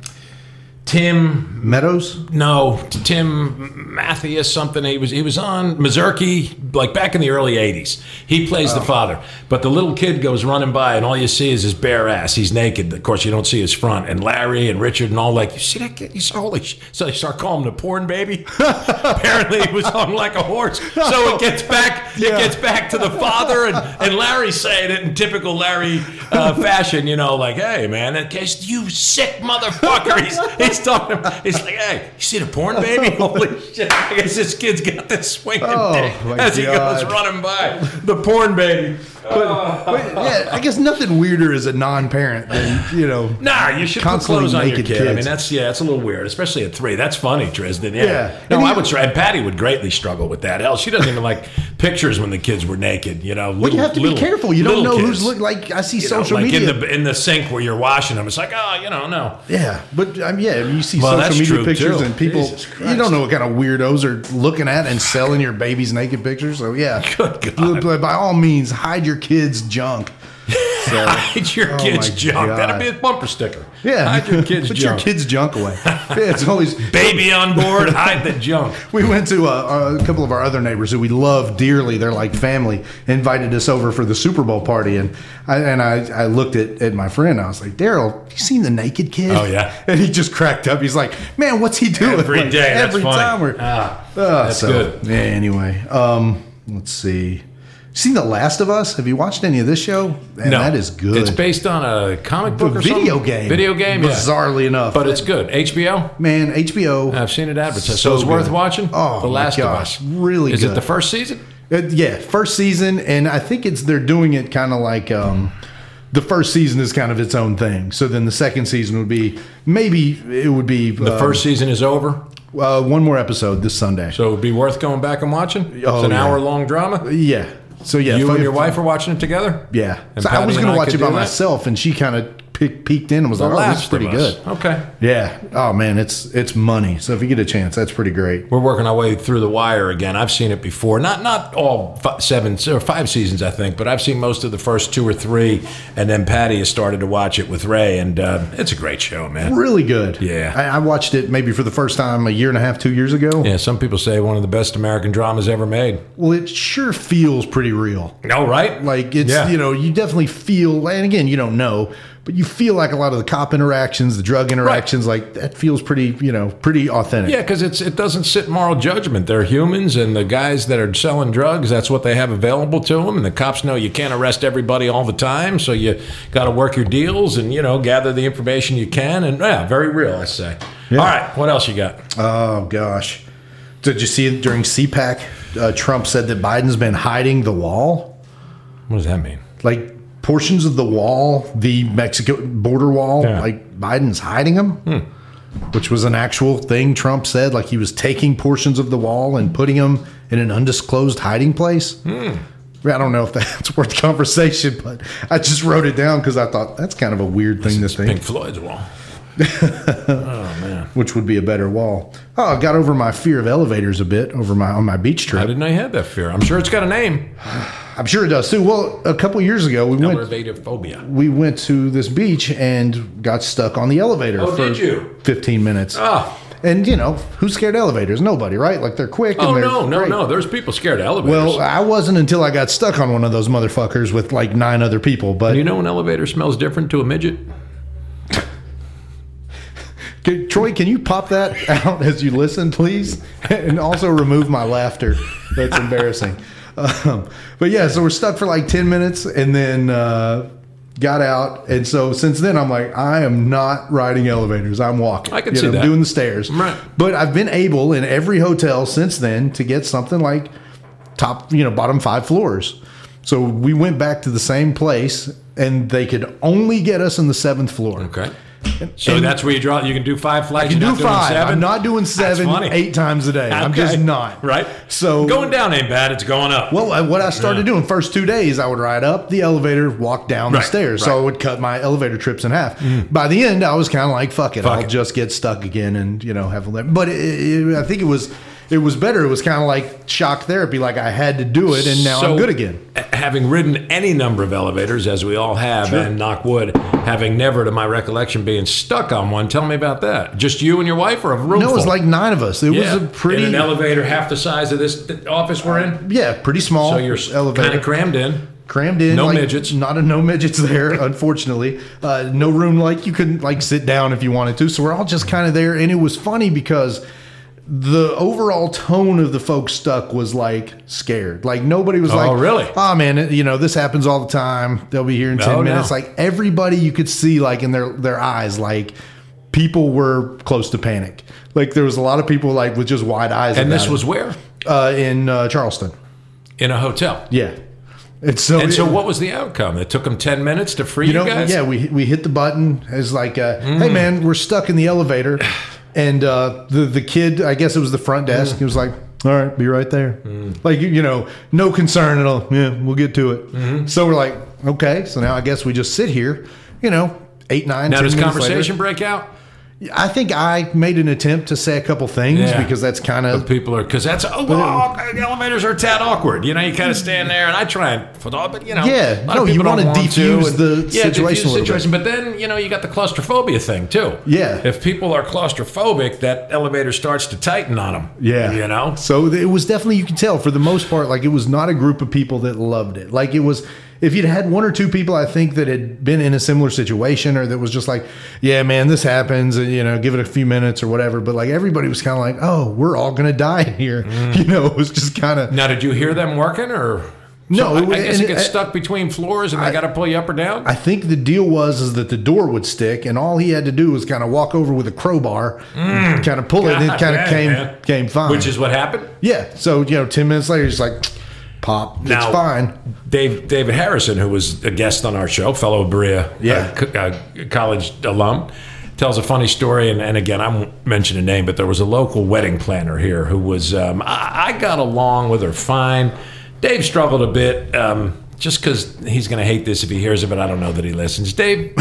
[SPEAKER 3] Tim, [laughs]
[SPEAKER 4] Meadows.
[SPEAKER 3] no, Tim Mathias something. He was he was on Mazurki like back in the early '80s. He plays the father, but the little kid goes running by, and all you see is his bare ass. He's naked. Of course, you don't see his front. And Larry and Richard and all like, you see that kid? He's holy. Sh-. So they start calling him the porn baby. Apparently, he was on like a horse. So it gets back. It gets back to the father, and and Larry's saying it in typical Larry uh, fashion. You know, like, hey man, that guy's you sick motherfucker. He's he's talking. He's like, hey, you see the
[SPEAKER 4] [laughs]
[SPEAKER 3] porn baby? Holy shit! I guess this kid's got this swinging
[SPEAKER 4] Oh,
[SPEAKER 3] dick
[SPEAKER 4] my
[SPEAKER 3] as he goes
[SPEAKER 4] God.
[SPEAKER 3] running by the porn baby.
[SPEAKER 4] But yeah, I guess nothing weirder as a non-parent than you know.
[SPEAKER 3] Nah, you should put
[SPEAKER 4] Constantly
[SPEAKER 3] clothes on your kid.
[SPEAKER 4] naked
[SPEAKER 3] I mean,
[SPEAKER 4] kids.
[SPEAKER 3] that's yeah, that's a little weird, especially at three. That's funny, Dresden. Yeah.
[SPEAKER 4] Yeah.
[SPEAKER 3] No,
[SPEAKER 4] And
[SPEAKER 3] I
[SPEAKER 4] he-
[SPEAKER 3] would try. And Patty would greatly struggle with that. Hell, she doesn't even like pictures when the kids were naked. You know, little,
[SPEAKER 4] But you have to
[SPEAKER 3] little-
[SPEAKER 4] be careful. You don't
[SPEAKER 3] little
[SPEAKER 4] know
[SPEAKER 3] kids.
[SPEAKER 4] who's look like. I see
[SPEAKER 3] You know,
[SPEAKER 4] social
[SPEAKER 3] like
[SPEAKER 4] media
[SPEAKER 3] in the in the sink where you're washing them. It's like, oh, you know, no.
[SPEAKER 4] Yeah, but um, yeah, I mean, you see
[SPEAKER 3] Well, that's
[SPEAKER 4] social media
[SPEAKER 3] true,
[SPEAKER 4] pictures
[SPEAKER 3] too.
[SPEAKER 4] and people,
[SPEAKER 3] Jesus Christ.
[SPEAKER 4] you don't know what kind of weirdos are looking at and selling your baby's naked pictures. So yeah,
[SPEAKER 3] [laughs] Good God.
[SPEAKER 4] But by all means, hide your kids' junk.
[SPEAKER 3] [laughs]
[SPEAKER 4] So,
[SPEAKER 3] Hide your
[SPEAKER 4] Oh,
[SPEAKER 3] kids'
[SPEAKER 4] my
[SPEAKER 3] junk. That'd
[SPEAKER 4] God.
[SPEAKER 3] be a bumper sticker.
[SPEAKER 4] yeah, [laughs]
[SPEAKER 3] hide your kids'
[SPEAKER 4] put
[SPEAKER 3] junk.
[SPEAKER 4] your kids' junk away. Yeah, it's always.
[SPEAKER 3] Baby on board, hide the
[SPEAKER 4] [laughs]
[SPEAKER 3] junk.
[SPEAKER 4] We went to a, a couple of our other neighbors who we love dearly. They're like family. Invited us over for the Super Bowl party, and I and I, I looked at, at my friend. I was like, Daryl, you seen the naked kid?
[SPEAKER 3] Oh, yeah.
[SPEAKER 4] [laughs] And he just cracked up. He's like, Man, what's he doing
[SPEAKER 3] Every
[SPEAKER 4] Like,
[SPEAKER 3] day, that's
[SPEAKER 4] every
[SPEAKER 3] funny.
[SPEAKER 4] time we're
[SPEAKER 3] Ah,
[SPEAKER 4] Ah,
[SPEAKER 3] that's
[SPEAKER 4] so,
[SPEAKER 3] good.
[SPEAKER 4] Yeah, anyway, um, let's see. Seen The Last of Us? Have you watched any of this show? Man, that is good.
[SPEAKER 3] It's based on a comic
[SPEAKER 4] The
[SPEAKER 3] book or
[SPEAKER 4] video
[SPEAKER 3] something?
[SPEAKER 4] game.
[SPEAKER 3] Video game, yeah.
[SPEAKER 4] Bizarrely enough,
[SPEAKER 3] But it's good. HBO.
[SPEAKER 4] man, HBO.
[SPEAKER 3] I've seen it advertised, so,
[SPEAKER 4] So
[SPEAKER 3] it's worth
[SPEAKER 4] good.
[SPEAKER 3] watching.
[SPEAKER 4] Oh,
[SPEAKER 3] The
[SPEAKER 4] my
[SPEAKER 3] Last
[SPEAKER 4] gosh,
[SPEAKER 3] of Us,
[SPEAKER 4] really
[SPEAKER 3] Is it
[SPEAKER 4] good.
[SPEAKER 3] the first season?
[SPEAKER 4] Uh, yeah, first season, and I think it's they're doing it kind of like um, the first season is kind of its own thing. So then the second season would be maybe it would be
[SPEAKER 3] The first season is over,
[SPEAKER 4] uh, one more episode this Sunday.
[SPEAKER 3] so it'd be worth going back and watching.
[SPEAKER 4] Oh,
[SPEAKER 3] it's an
[SPEAKER 4] yeah.
[SPEAKER 3] hour long drama.
[SPEAKER 4] yeah. So yeah,
[SPEAKER 3] you
[SPEAKER 4] fo-
[SPEAKER 3] and your wife are watching it together.
[SPEAKER 4] Yeah.
[SPEAKER 3] And
[SPEAKER 4] so I
[SPEAKER 3] Patty
[SPEAKER 4] was
[SPEAKER 3] and
[SPEAKER 4] going to
[SPEAKER 3] I
[SPEAKER 4] watch it
[SPEAKER 3] could
[SPEAKER 4] by
[SPEAKER 3] do that?
[SPEAKER 4] myself, and she kind of peek, peeked in and was like, "Oh, this
[SPEAKER 3] Last
[SPEAKER 4] is
[SPEAKER 3] of
[SPEAKER 4] pretty
[SPEAKER 3] Us.
[SPEAKER 4] good."
[SPEAKER 3] Okay,
[SPEAKER 4] Yeah. Oh man, it's it's money. So if you get a chance, that's pretty great.
[SPEAKER 3] we're working our way through the wire again. I've seen it before, not not all fi- seven or five seasons, I think, but I've seen most of the first two or three, and then Patty has started to watch it with Ray, and uh, it's a great show, man.
[SPEAKER 4] Really good.
[SPEAKER 3] Yeah.
[SPEAKER 4] I, I watched it maybe for the first time a year and a half, two years ago.
[SPEAKER 3] Yeah, some people say one of the best American dramas ever made.
[SPEAKER 4] Well, it sure feels pretty real.
[SPEAKER 3] No, right?
[SPEAKER 4] Like it's
[SPEAKER 3] Yeah.
[SPEAKER 4] you know you definitely feel, and again you don't know, But you feel like a lot of the cop interactions, the drug interactions, like that feels pretty, you know, pretty authentic.
[SPEAKER 3] Yeah, because it's it doesn't sit moral judgment. They're humans, and the guys that are selling drugs, that's what they have available to them. And the cops know you can't arrest everybody all the time, so you got to work your deals and you know gather the information you can. And yeah, very real, I say. All right, what else you got?
[SPEAKER 4] Oh gosh, did you see during CPAC, uh, Trump said that Biden's been hiding the wall,
[SPEAKER 3] What does that mean?
[SPEAKER 4] like portions of the wall, the Mexico border wall,
[SPEAKER 3] Yeah. Hmm.
[SPEAKER 4] like Biden's hiding them, which was an actual thing Trump said. Like he was taking portions of the wall and putting them in an undisclosed hiding place.
[SPEAKER 3] Hmm.
[SPEAKER 4] I don't know if that's [laughs] worth conversation, but I just wrote it down because I thought that's kind of a weird thing to think.
[SPEAKER 3] Pink Floyd's wall.
[SPEAKER 4] which would be a better wall. Oh, I got over my fear of elevators a bit over my on my beach
[SPEAKER 3] How
[SPEAKER 4] trip.
[SPEAKER 3] didn't I have that fear? I'm sure it's got a name.
[SPEAKER 4] I'm sure it does too. Well, a couple years ago we went
[SPEAKER 3] Elevator phobia.
[SPEAKER 4] we went to this beach and got stuck on the elevator
[SPEAKER 3] Oh,
[SPEAKER 4] for
[SPEAKER 3] did you?
[SPEAKER 4] 15 minutes.
[SPEAKER 3] Ah.
[SPEAKER 4] And you know, who's scared of elevators? Nobody, right? Like they're quick
[SPEAKER 3] Oh
[SPEAKER 4] and they're
[SPEAKER 3] no, no,
[SPEAKER 4] great.
[SPEAKER 3] no! There's people scared of elevators.
[SPEAKER 4] Well, I wasn't until I got stuck on one of those motherfuckers with like nine other people, but
[SPEAKER 3] you know an elevator smells different to a midget.
[SPEAKER 4] Can- Troy, can you pop that out as you listen, please? And also remove my laughter. That's embarrassing. Um, but yeah, so we're stuck for like 10 minutes and then uh, got out. And so since then, I'm like, I am not riding elevators. I'm walking.
[SPEAKER 3] I can
[SPEAKER 4] You
[SPEAKER 3] see
[SPEAKER 4] know,
[SPEAKER 3] that.
[SPEAKER 4] I'm doing the stairs.
[SPEAKER 3] Right.
[SPEAKER 4] But I've been able in every hotel since then to get something like top, you know, bottom five floors. So we went back to the same place and they could only get us in the seventh floor.
[SPEAKER 3] Okay. So that's where you draw. You can do five flights.
[SPEAKER 4] I can do
[SPEAKER 3] you're not doing
[SPEAKER 4] five.
[SPEAKER 3] seven?
[SPEAKER 4] I'm not doing seven,
[SPEAKER 3] funny.
[SPEAKER 4] eight times a day. I'm
[SPEAKER 3] Okay.
[SPEAKER 4] just not.
[SPEAKER 3] Right.
[SPEAKER 4] So
[SPEAKER 3] going down ain't bad. It's going up.
[SPEAKER 4] Well, I- what I started doing first two days, I would ride up the elevator, walk down
[SPEAKER 3] Right,
[SPEAKER 4] the stairs.
[SPEAKER 3] right. Mm.
[SPEAKER 4] So I would cut my elevator trips in half. By the end, I was kind of like, "Fuck it,
[SPEAKER 3] Fuck
[SPEAKER 4] I'll
[SPEAKER 3] it.
[SPEAKER 4] just get stuck again and you know have a." le- But it, it, I think it was it was better. It was kind of like shock therapy. Like I had to do it, and now
[SPEAKER 3] So,
[SPEAKER 4] I'm good again.
[SPEAKER 3] a- Having ridden any number of elevators, as we all have, and knock wood, having never, to my recollection, being stuck on one. Tell me about that. Just you and your wife, or a room?
[SPEAKER 4] No, it was
[SPEAKER 3] full?
[SPEAKER 4] like nine of us. It
[SPEAKER 3] yeah.
[SPEAKER 4] was a pretty
[SPEAKER 3] in an elevator half the size of this th- office we're in.
[SPEAKER 4] yeah, pretty small.
[SPEAKER 3] So you're kind of crammed in.
[SPEAKER 4] crammed in.
[SPEAKER 3] No
[SPEAKER 4] like,
[SPEAKER 3] midgets.
[SPEAKER 4] Not a no midgets there, [laughs] unfortunately. Uh, no room like you couldn't like sit down if you wanted to. So we're all just kind of there, and it was funny because the overall tone of the folks stuck was like scared. Like nobody was like,
[SPEAKER 3] really?
[SPEAKER 4] Oh man, it- you know this happens all the time. They'll be here in ten
[SPEAKER 3] Oh, no.
[SPEAKER 4] minutes." Like everybody, you could see like in their their eyes, like people were close to panic. Like there was a lot of people like with just wide eyes.
[SPEAKER 3] And this
[SPEAKER 4] about
[SPEAKER 3] was
[SPEAKER 4] it.
[SPEAKER 3] where?
[SPEAKER 4] uh, in uh, Charleston.
[SPEAKER 3] In a hotel.
[SPEAKER 4] Yeah. And so,
[SPEAKER 3] And so,
[SPEAKER 4] it-
[SPEAKER 3] what was the outcome? It took them ten minutes to free you,
[SPEAKER 4] you know,
[SPEAKER 3] guys. Mm.
[SPEAKER 4] yeah, we we hit the button. It's like, uh, hey man, we're stuck in the elevator, and uh, the the kid, I guess it was the front
[SPEAKER 3] Mm.
[SPEAKER 4] desk. He was like, all right, be right there. Like you, you know, no concern at all. Yeah, we'll get to it.
[SPEAKER 3] Mm-hmm.
[SPEAKER 4] So we're like, okay, so now I guess we just sit here. You know, eight nine.
[SPEAKER 3] Now
[SPEAKER 4] 10
[SPEAKER 3] does
[SPEAKER 4] minutes
[SPEAKER 3] conversation break out?
[SPEAKER 4] Later. I think I made an attempt to say a couple things
[SPEAKER 3] Yeah.
[SPEAKER 4] because that's kind
[SPEAKER 3] But
[SPEAKER 4] of
[SPEAKER 3] people are because that's oh, well, elevators are a tad awkward. You know, you kind of stand there, and I try and but you know,
[SPEAKER 4] Yeah,
[SPEAKER 3] a lot
[SPEAKER 4] no,
[SPEAKER 3] of
[SPEAKER 4] you
[SPEAKER 3] people
[SPEAKER 4] wanna
[SPEAKER 3] don't want to
[SPEAKER 4] defuse
[SPEAKER 3] and-
[SPEAKER 4] the
[SPEAKER 3] yeah,
[SPEAKER 4] situation a
[SPEAKER 3] defuse the
[SPEAKER 4] little bit.
[SPEAKER 3] situation. But then you know, you got the claustrophobia thing too.
[SPEAKER 4] Yeah.
[SPEAKER 3] if people are claustrophobic, that elevator starts to tighten on them.
[SPEAKER 4] Yeah.
[SPEAKER 3] you know,
[SPEAKER 4] So th- it was definitely, you can tell for the most part, like it was not a group of people that loved it. Like it was, if you'd had one or two people, I think that had been in a similar situation or that was just like, yeah, man, this happens, and you know, give it a few minutes or whatever. But like everybody was kind of like, oh, we're all going to die here. [laughs] You know, it was just kind of,
[SPEAKER 3] now did you hear them working or
[SPEAKER 4] No,
[SPEAKER 3] So I, I guess
[SPEAKER 4] and-
[SPEAKER 3] you get
[SPEAKER 4] and-
[SPEAKER 3] stuck between floors, and they got to pull you up or down.
[SPEAKER 4] I think the deal was is that the door would stick, and all he had to do was kind of walk over with a crowbar, and kind of pull it, and it
[SPEAKER 3] Mm. God
[SPEAKER 4] kind of
[SPEAKER 3] dang,
[SPEAKER 4] came
[SPEAKER 3] man.
[SPEAKER 4] came fine.
[SPEAKER 3] which is what happened.
[SPEAKER 4] yeah. So you know, ten minutes later, he's like, pop,
[SPEAKER 3] Now-
[SPEAKER 4] it's fine.
[SPEAKER 3] Dave David Harrison, who was a guest on our show, fellow Berea,
[SPEAKER 4] Yeah.
[SPEAKER 3] uh, co- uh, college alum, tells a funny story. And, and again, I won't mention a name, but there was a local wedding planner here who was. Um, I, I got along with her fine. Dave struggled a bit, um, just because he's going to hate this if he hears it, but I don't know that he listens. Dave,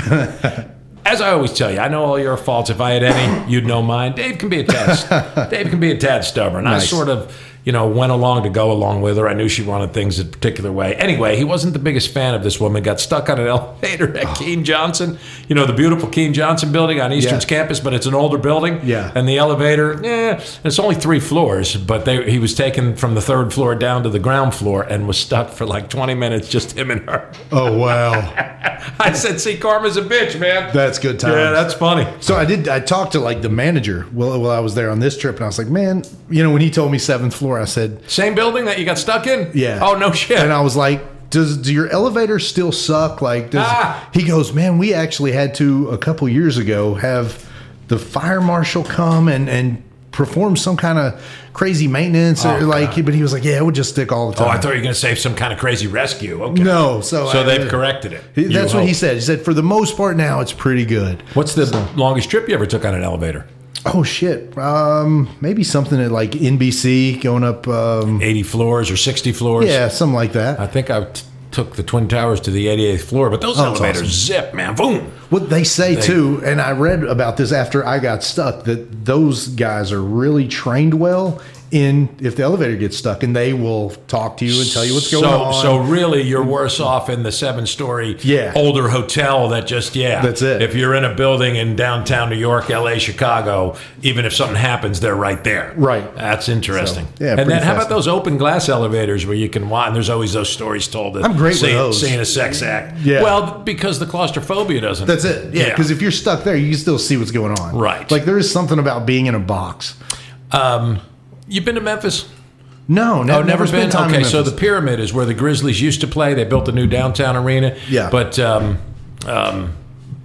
[SPEAKER 3] as I always tell you, I know all
[SPEAKER 4] [laughs]
[SPEAKER 3] your faults. If I had any, you'd know mine. Dave can be a tad. Dave can be a tad stubborn. I sort of you know, went along to go along with her. I knew she wanted things a particular way. Anyway, he wasn't the biggest fan of this woman. Got stuck on an [laughs] elevator
[SPEAKER 4] Oh.
[SPEAKER 3] at Keene Johnson, you know, the beautiful Keene Johnson building on Eastern's
[SPEAKER 4] Yeah.
[SPEAKER 3] campus, but it's an older building.
[SPEAKER 4] Yeah.
[SPEAKER 3] And the elevator, eh, it's only three floors, but they, he was taken from the third floor down to the ground floor and was stuck for like 20 minutes, just him and her. [laughs]
[SPEAKER 4] Oh wow,
[SPEAKER 3] I said, see, karma's a bitch, man.
[SPEAKER 4] that's good times.
[SPEAKER 3] [laughs] yeah, that's funny.
[SPEAKER 4] So I did. I talked to like the manager while, while I was there on this trip, and I was like, "Man, you know," when he told me seventh floor, I said,
[SPEAKER 3] Same building that you got stuck in?
[SPEAKER 4] "Yeah."
[SPEAKER 3] Oh, no shit.
[SPEAKER 4] And I was like, "Does do your elevator still suck?" Like, does
[SPEAKER 3] Ah.
[SPEAKER 4] he goes, "Man, we actually had to a couple years ago have the fire marshal come and and perform some kind of crazy maintenance or
[SPEAKER 3] Oh,
[SPEAKER 4] like."
[SPEAKER 3] God.
[SPEAKER 4] But he was like, "Yeah, it would just stick all the
[SPEAKER 3] oh,
[SPEAKER 4] time."
[SPEAKER 3] I thought you were going to say some kind of crazy rescue. Okay.
[SPEAKER 4] no. So
[SPEAKER 3] So
[SPEAKER 4] I-
[SPEAKER 3] they've corrected it.
[SPEAKER 4] He-
[SPEAKER 3] You
[SPEAKER 4] That's what he
[SPEAKER 3] hope.
[SPEAKER 4] said. He said, "For the most part, now it's pretty good."
[SPEAKER 3] What's the longest trip you ever took on an elevator?
[SPEAKER 4] Oh shit! Um, maybe something at like NBC going up. Um,
[SPEAKER 3] 80 floors or 60 floors?
[SPEAKER 4] Yeah, something like that.
[SPEAKER 3] I think I t- took the Twin Towers to the 88th floor, but those
[SPEAKER 4] Oh, that's
[SPEAKER 3] elevators
[SPEAKER 4] awesome.
[SPEAKER 3] zip, man. Boom.
[SPEAKER 4] What they say too, and I read about this after I got stuck, that those guys are really trained well in if the elevator gets stuck, and they will talk to you and tell you what's going
[SPEAKER 3] so,
[SPEAKER 4] on.
[SPEAKER 3] So really, you're worse off in the seven-story
[SPEAKER 4] Yeah.
[SPEAKER 3] older hotel that just yeah.
[SPEAKER 4] That's it.
[SPEAKER 3] If you're in a building in downtown New York, L.A., Chicago, even if something happens, they're right there.
[SPEAKER 4] Right.
[SPEAKER 3] That's interesting.
[SPEAKER 4] So, yeah,
[SPEAKER 3] And
[SPEAKER 4] pretty
[SPEAKER 3] then how about
[SPEAKER 4] fascinating.
[SPEAKER 3] those open glass elevators where you can watch? And there's always those stories told. That
[SPEAKER 4] I'm great with
[SPEAKER 3] seeing,
[SPEAKER 4] those.
[SPEAKER 3] Seeing a sex act.
[SPEAKER 4] Yeah.
[SPEAKER 3] Well, because the claustrophobia doesn't.
[SPEAKER 4] that's it. Yeah, because if you're stuck there, you can still see what's going on.
[SPEAKER 3] Right.
[SPEAKER 4] Like there is something about being in a box.
[SPEAKER 3] you've been to Memphis.
[SPEAKER 4] No, no,
[SPEAKER 3] Oh, never, been.
[SPEAKER 4] Time in
[SPEAKER 3] okay, so the
[SPEAKER 4] Memphis.
[SPEAKER 3] pyramid is where the Grizzlies used to play. They built the new downtown arena.
[SPEAKER 4] Yeah.
[SPEAKER 3] but um, um,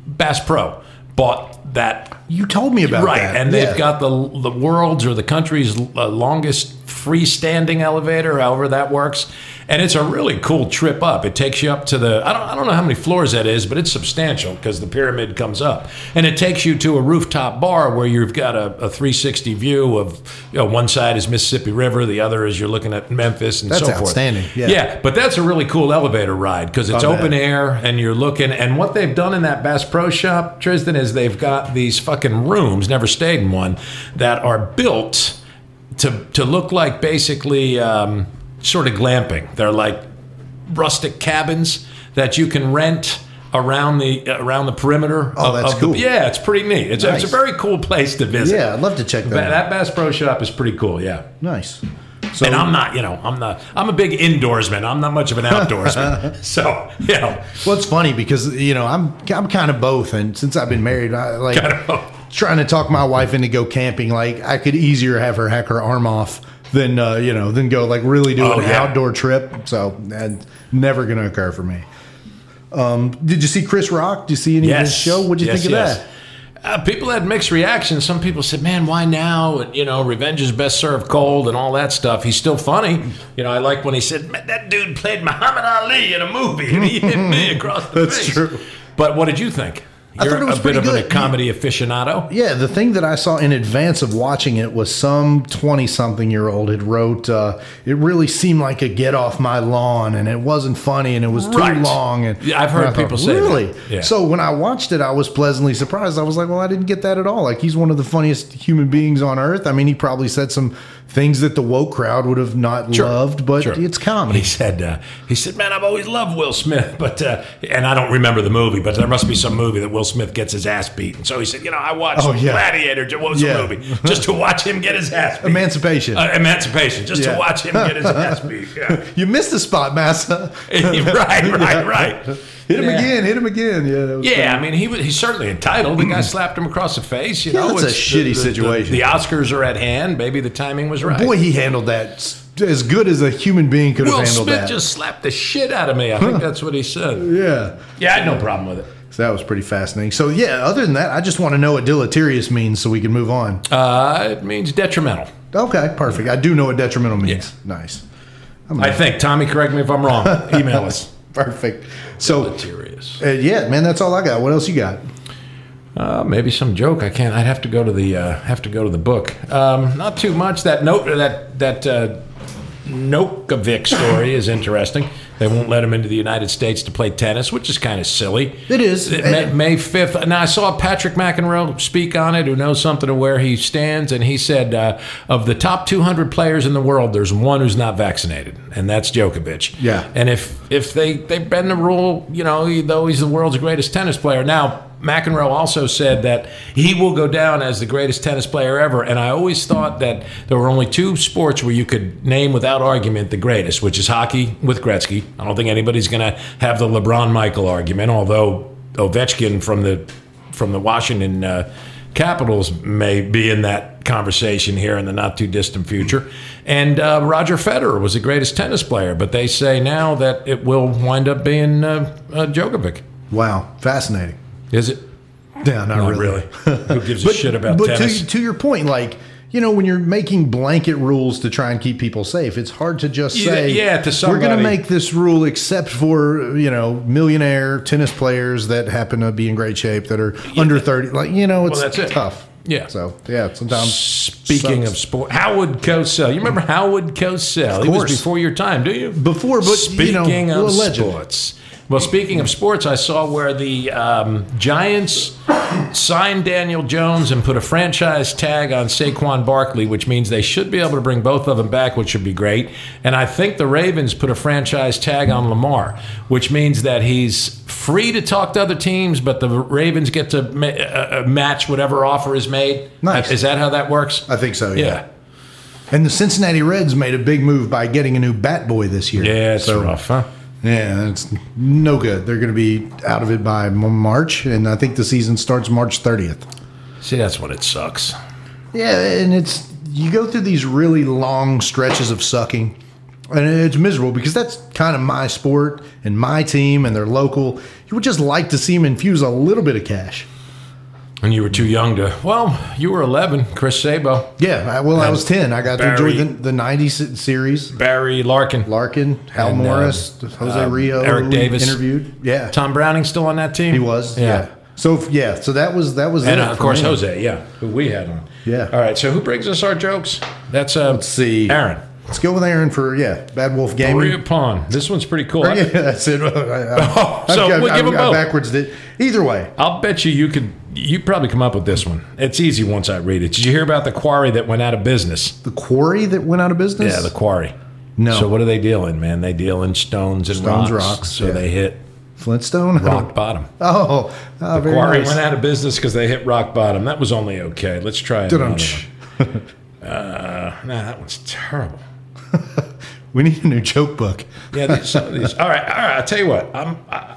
[SPEAKER 3] Bass Pro bought that
[SPEAKER 4] you told me about
[SPEAKER 3] right,
[SPEAKER 4] that.
[SPEAKER 3] and they've
[SPEAKER 4] Yeah.
[SPEAKER 3] got the the world's or the country's uh, longest freestanding elevator, however that works. And it's a really cool trip up. It takes you up to the I don't I don't know how many floors that is, but it's substantial because the pyramid comes up, and it takes you to a rooftop bar where you've got a, a 360 view of you know, one side is Mississippi River, the other is you're looking at Memphis and
[SPEAKER 4] That's
[SPEAKER 3] so forth.
[SPEAKER 4] outstanding. Yeah.
[SPEAKER 3] yeah, but that's a really cool elevator ride because it's
[SPEAKER 4] I bet.
[SPEAKER 3] open air and you're looking. And what they've done in that Bass Pro Shop, Tristan, is they've got these fucking rooms. Never stayed in one that are built to to look like basically um, sort of glamping. They're like rustic cabins that you can rent. Around the around the perimeter.
[SPEAKER 4] Oh,
[SPEAKER 3] of-
[SPEAKER 4] that's
[SPEAKER 3] of the-
[SPEAKER 4] cool.
[SPEAKER 3] yeah, it's pretty neat. It's, it's
[SPEAKER 4] Nice.
[SPEAKER 3] a very cool place to visit.
[SPEAKER 4] yeah, I'd love to check that.
[SPEAKER 3] Ba-
[SPEAKER 4] out.
[SPEAKER 3] that Bass Pro Shop is pretty cool. Yeah,
[SPEAKER 4] Nice. So
[SPEAKER 3] and I'm not, you know, I'm not, I'm a big indoorsman. I'm not much of
[SPEAKER 4] [laughs]
[SPEAKER 3] an outdoorsman. so, you know,
[SPEAKER 4] Well, it's funny because you know I'm I'm kind of both, and since I've been married, I like
[SPEAKER 3] Kind of both.
[SPEAKER 4] trying to talk my wife into go camping. Like I could easier have her hack her arm off than uh, you know than go like really do
[SPEAKER 3] Oh,
[SPEAKER 4] an
[SPEAKER 3] yeah.
[SPEAKER 4] outdoor trip. So that's never going to occur for me. Um, did you see Chris Rock? Did you see any of his show? What'd you
[SPEAKER 3] Yes,
[SPEAKER 4] think of
[SPEAKER 3] yes.
[SPEAKER 4] that?
[SPEAKER 3] Uh, people had mixed reactions. Some people said, "Man, why now?" And, you know, revenge is best served cold, and all that stuff. He's still funny. You know, I like when he said, "Man, "That dude played Muhammad Ali in a movie, and he
[SPEAKER 4] [laughs]
[SPEAKER 3] hit me across the
[SPEAKER 4] That's
[SPEAKER 3] face."
[SPEAKER 4] true.
[SPEAKER 3] But what did you think?
[SPEAKER 4] I
[SPEAKER 3] You're
[SPEAKER 4] thought it was
[SPEAKER 3] a bit
[SPEAKER 4] pretty
[SPEAKER 3] of
[SPEAKER 4] good.
[SPEAKER 3] a comedy aficionado.
[SPEAKER 4] Yeah, the thing that I saw in advance of watching it was some 20 something year old had wrote, uh, it really seemed like a get off my lawn and it wasn't funny and it was too
[SPEAKER 3] Right.
[SPEAKER 4] long. And
[SPEAKER 3] Yeah, I've heard
[SPEAKER 4] and I
[SPEAKER 3] people say that.
[SPEAKER 4] Really?
[SPEAKER 3] Yeah.
[SPEAKER 4] So when I watched it, I was pleasantly surprised. I was like, well, I didn't get that at all. Like, he's one of the funniest human beings on earth. I mean, he probably said some things that the woke crowd would have not loved, but
[SPEAKER 3] Sure.
[SPEAKER 4] it's comedy.
[SPEAKER 3] [laughs] He said, uh, "He said, man, I've always loved Will Smith, but uh, and I don't remember the movie, but there must be some movie that Will Smith gets his ass beat." And so he said, "You know, I watched
[SPEAKER 4] Oh, yeah.
[SPEAKER 3] Gladiator. What was
[SPEAKER 4] Yeah.
[SPEAKER 3] the movie? Just to watch him get his ass beat.
[SPEAKER 4] Emancipation.
[SPEAKER 3] Uh, Emancipation. Just
[SPEAKER 4] Yeah.
[SPEAKER 3] to watch him get his
[SPEAKER 4] [laughs]
[SPEAKER 3] ass beat. Yeah. [laughs]
[SPEAKER 4] you missed the spot, Massa. [laughs]
[SPEAKER 3] right, right, right.
[SPEAKER 4] Hit him
[SPEAKER 3] Yeah.
[SPEAKER 4] again. Hit him again. Yeah. that was
[SPEAKER 3] Yeah, I mean, he was, he's certainly entitled. The guy slapped him across the face. You
[SPEAKER 4] Yeah,
[SPEAKER 3] know,
[SPEAKER 4] that's a
[SPEAKER 3] It's-
[SPEAKER 4] shitty
[SPEAKER 3] the- the-
[SPEAKER 4] situation.
[SPEAKER 3] The, the Oscars are at hand. Maybe the timing was right.
[SPEAKER 4] Boy, he handled that s- as good as a human being could
[SPEAKER 3] Will
[SPEAKER 4] have handled
[SPEAKER 3] Smith
[SPEAKER 4] that.
[SPEAKER 3] just slapped the shit out of me. I think that's what he said.
[SPEAKER 4] yeah.
[SPEAKER 3] Yeah, I had no problem with it.
[SPEAKER 4] So that was pretty fascinating. So yeah, other than that, I just want to know what deleterious means so we can move on.
[SPEAKER 3] Uh, it means detrimental.
[SPEAKER 4] okay, perfect. I do know what detrimental means.
[SPEAKER 3] Yeah.
[SPEAKER 4] Nice.
[SPEAKER 3] I think. Tommy, correct me if I'm
[SPEAKER 4] [laughs]
[SPEAKER 3] wrong. Email us.
[SPEAKER 4] Perfect. So
[SPEAKER 3] Serious.
[SPEAKER 4] uh, yeah, man, that's all I got. What else you got?
[SPEAKER 3] Uh, maybe some joke. I can't. I'd have to go to the uh, have to go to the book. Um, not too much. That note. That that uh, Nokovic story is interesting. They won't let him into the United States to play tennis, which is kind of silly. Uh,
[SPEAKER 4] It is.
[SPEAKER 3] May, May 5th. Now, I saw Patrick McEnroe speak on it, who knows something of where he stands, and he said uh, of the top 200 players in the world, there's one who's not vaccinated, and that's Djokovic.
[SPEAKER 4] Yeah.
[SPEAKER 3] And if if they, they bend the rule, you know, he- though he's the world's greatest tennis player. Now, McEnroe also said that he will go down as the greatest tennis player ever. And I always thought that there were only two sports where you could name without argument the greatest, which is hockey with Gretzky. I don't think anybody's going to have the LeBron Michael argument, although Ovechkin from the from the Washington uh, Capitals may be in that conversation here in the not too distant future. And uh, Roger Federer was the greatest tennis player, but they say now that it will wind up being uh, uh, Djokovic.
[SPEAKER 4] Wow, fascinating.
[SPEAKER 3] Is it?
[SPEAKER 4] Yeah, not,
[SPEAKER 3] Not really. [laughs] Who gives a shit about
[SPEAKER 4] but
[SPEAKER 3] tennis?
[SPEAKER 4] to to your point, like you know, when you're making blanket rules to try and keep people safe, it's hard to just
[SPEAKER 3] Yeah,
[SPEAKER 4] say,
[SPEAKER 3] yeah, to
[SPEAKER 4] we're going
[SPEAKER 3] somebody."
[SPEAKER 4] to make this rule except for you know millionaire tennis players that happen to be in great shape that are under thirty. Like you know, it's
[SPEAKER 3] that's it.
[SPEAKER 4] tough.
[SPEAKER 3] Yeah.
[SPEAKER 4] So yeah, sometimes
[SPEAKER 3] Speaking of
[SPEAKER 4] Sucks.
[SPEAKER 3] sport, Howard Cosell. You remember Howard Cosell? He was
[SPEAKER 4] course.
[SPEAKER 3] before your time, do you?
[SPEAKER 4] before, but
[SPEAKER 3] speaking
[SPEAKER 4] you know,
[SPEAKER 3] of
[SPEAKER 4] a legend.
[SPEAKER 3] sports. Well, speaking of sports, I saw where the um, Giants signed Daniel Jones and put a franchise tag on Saquon Barkley, which means they should be able to bring both of them back, which would be great. And I think the Ravens put a franchise tag on Lamar, which means that he's free to talk to other teams, but the Ravens get to ma- uh, uh, match whatever offer is made.
[SPEAKER 4] Nice. Uh,
[SPEAKER 3] Is that how that works?
[SPEAKER 4] I think so. Yeah.
[SPEAKER 3] yeah.
[SPEAKER 4] And the Cincinnati Reds made a big move by getting a new bat boy this year.
[SPEAKER 3] Yeah, it's
[SPEAKER 4] So-
[SPEAKER 3] rough, huh?
[SPEAKER 4] Yeah, it's no good. They're going to be out of it by M- March, and I think the season starts March 30th.
[SPEAKER 3] See, that's when it sucks.
[SPEAKER 4] Yeah, and it's you go through these really long stretches of sucking, and it's miserable because that's kind of my sport and my team, and they're local. You would just like to see them infuse a little bit of cash.
[SPEAKER 3] And you were too young to. Well, you were 11. Chris Sabo,
[SPEAKER 4] Yeah, I, well, I was 10. I got to
[SPEAKER 3] Barry-
[SPEAKER 4] enjoy the, the 90s series.
[SPEAKER 3] Barry Larkin,
[SPEAKER 4] Larkin, Hal
[SPEAKER 3] And, uh,
[SPEAKER 4] Morris, Jose
[SPEAKER 3] uh,
[SPEAKER 4] Rio,
[SPEAKER 3] Eric Davis.
[SPEAKER 4] interviewed. Yeah,
[SPEAKER 3] Tom Browning still on that team.
[SPEAKER 4] he was. Yeah. So f- yeah, so that was that was it
[SPEAKER 3] And uh, of
[SPEAKER 4] for
[SPEAKER 3] course,
[SPEAKER 4] me.
[SPEAKER 3] Jose, yeah, who we had on.
[SPEAKER 4] Yeah.
[SPEAKER 3] All right. So who brings us our jokes? That's uh,
[SPEAKER 4] Let's see.
[SPEAKER 3] Aaron.
[SPEAKER 4] Let's go with Aaron for yeah, Bad Wolf
[SPEAKER 3] Maria
[SPEAKER 4] Gaming.
[SPEAKER 3] Pawn. This one's pretty cool.
[SPEAKER 4] [laughs] Yeah, that's it. I,
[SPEAKER 3] Oh, so we'll give 'em both.
[SPEAKER 4] backwards. Did either way.
[SPEAKER 3] I'll bet you you could you probably come up with this one. It's easy once I read it. Did you hear about the quarry that went out of business?
[SPEAKER 4] The quarry that went out of business.
[SPEAKER 3] Yeah, the quarry.
[SPEAKER 4] No.
[SPEAKER 3] So what do they deal in, man? They deal in stones and
[SPEAKER 4] Stones,
[SPEAKER 3] rocks.
[SPEAKER 4] rocks,
[SPEAKER 3] So
[SPEAKER 4] yeah.
[SPEAKER 3] they hit
[SPEAKER 4] Flintstone. I
[SPEAKER 3] rock
[SPEAKER 4] don't-
[SPEAKER 3] bottom.
[SPEAKER 4] Oh, oh very
[SPEAKER 3] Quarry
[SPEAKER 4] nice.
[SPEAKER 3] went out of business because they hit rock bottom. That was only okay. Let's try another one.
[SPEAKER 4] Da-dum-tsh.
[SPEAKER 3] Nah, that one's terrible.
[SPEAKER 4] We need a new joke book.
[SPEAKER 3] Yeah, these, some of these. All right, all right. I'll tell you what. I'm I,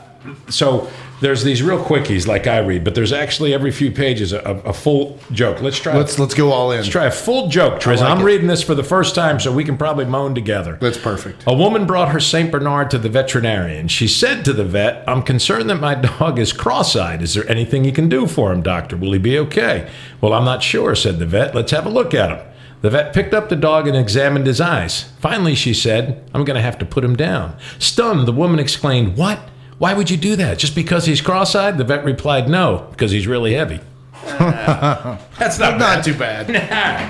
[SPEAKER 3] so there's these real quickies like I read, but there's actually every few pages a, a full joke. Let's try.
[SPEAKER 4] Let's let's go all in.
[SPEAKER 3] Let's try a full joke, Tris.
[SPEAKER 4] like
[SPEAKER 3] I'm
[SPEAKER 4] it.
[SPEAKER 3] reading this for the first time, so we can probably moan together.
[SPEAKER 4] That's perfect.
[SPEAKER 3] A woman brought her St. Bernard to the veterinarian. She said to the vet, I'm concerned that my [laughs] dog is cross eyed. Is there anything you can do for him, doctor? Will he be okay? Well, I'm not sure, said the vet. Let's have a look at him. The vet picked up the dog and examined his eyes. Finally, she said, I'm going to have to put him down. Stunned, the woman exclaimed, What? Why would you do that? Just because he's cross eyed? The vet replied, No, because he's really heavy. That's not,
[SPEAKER 4] Not too bad.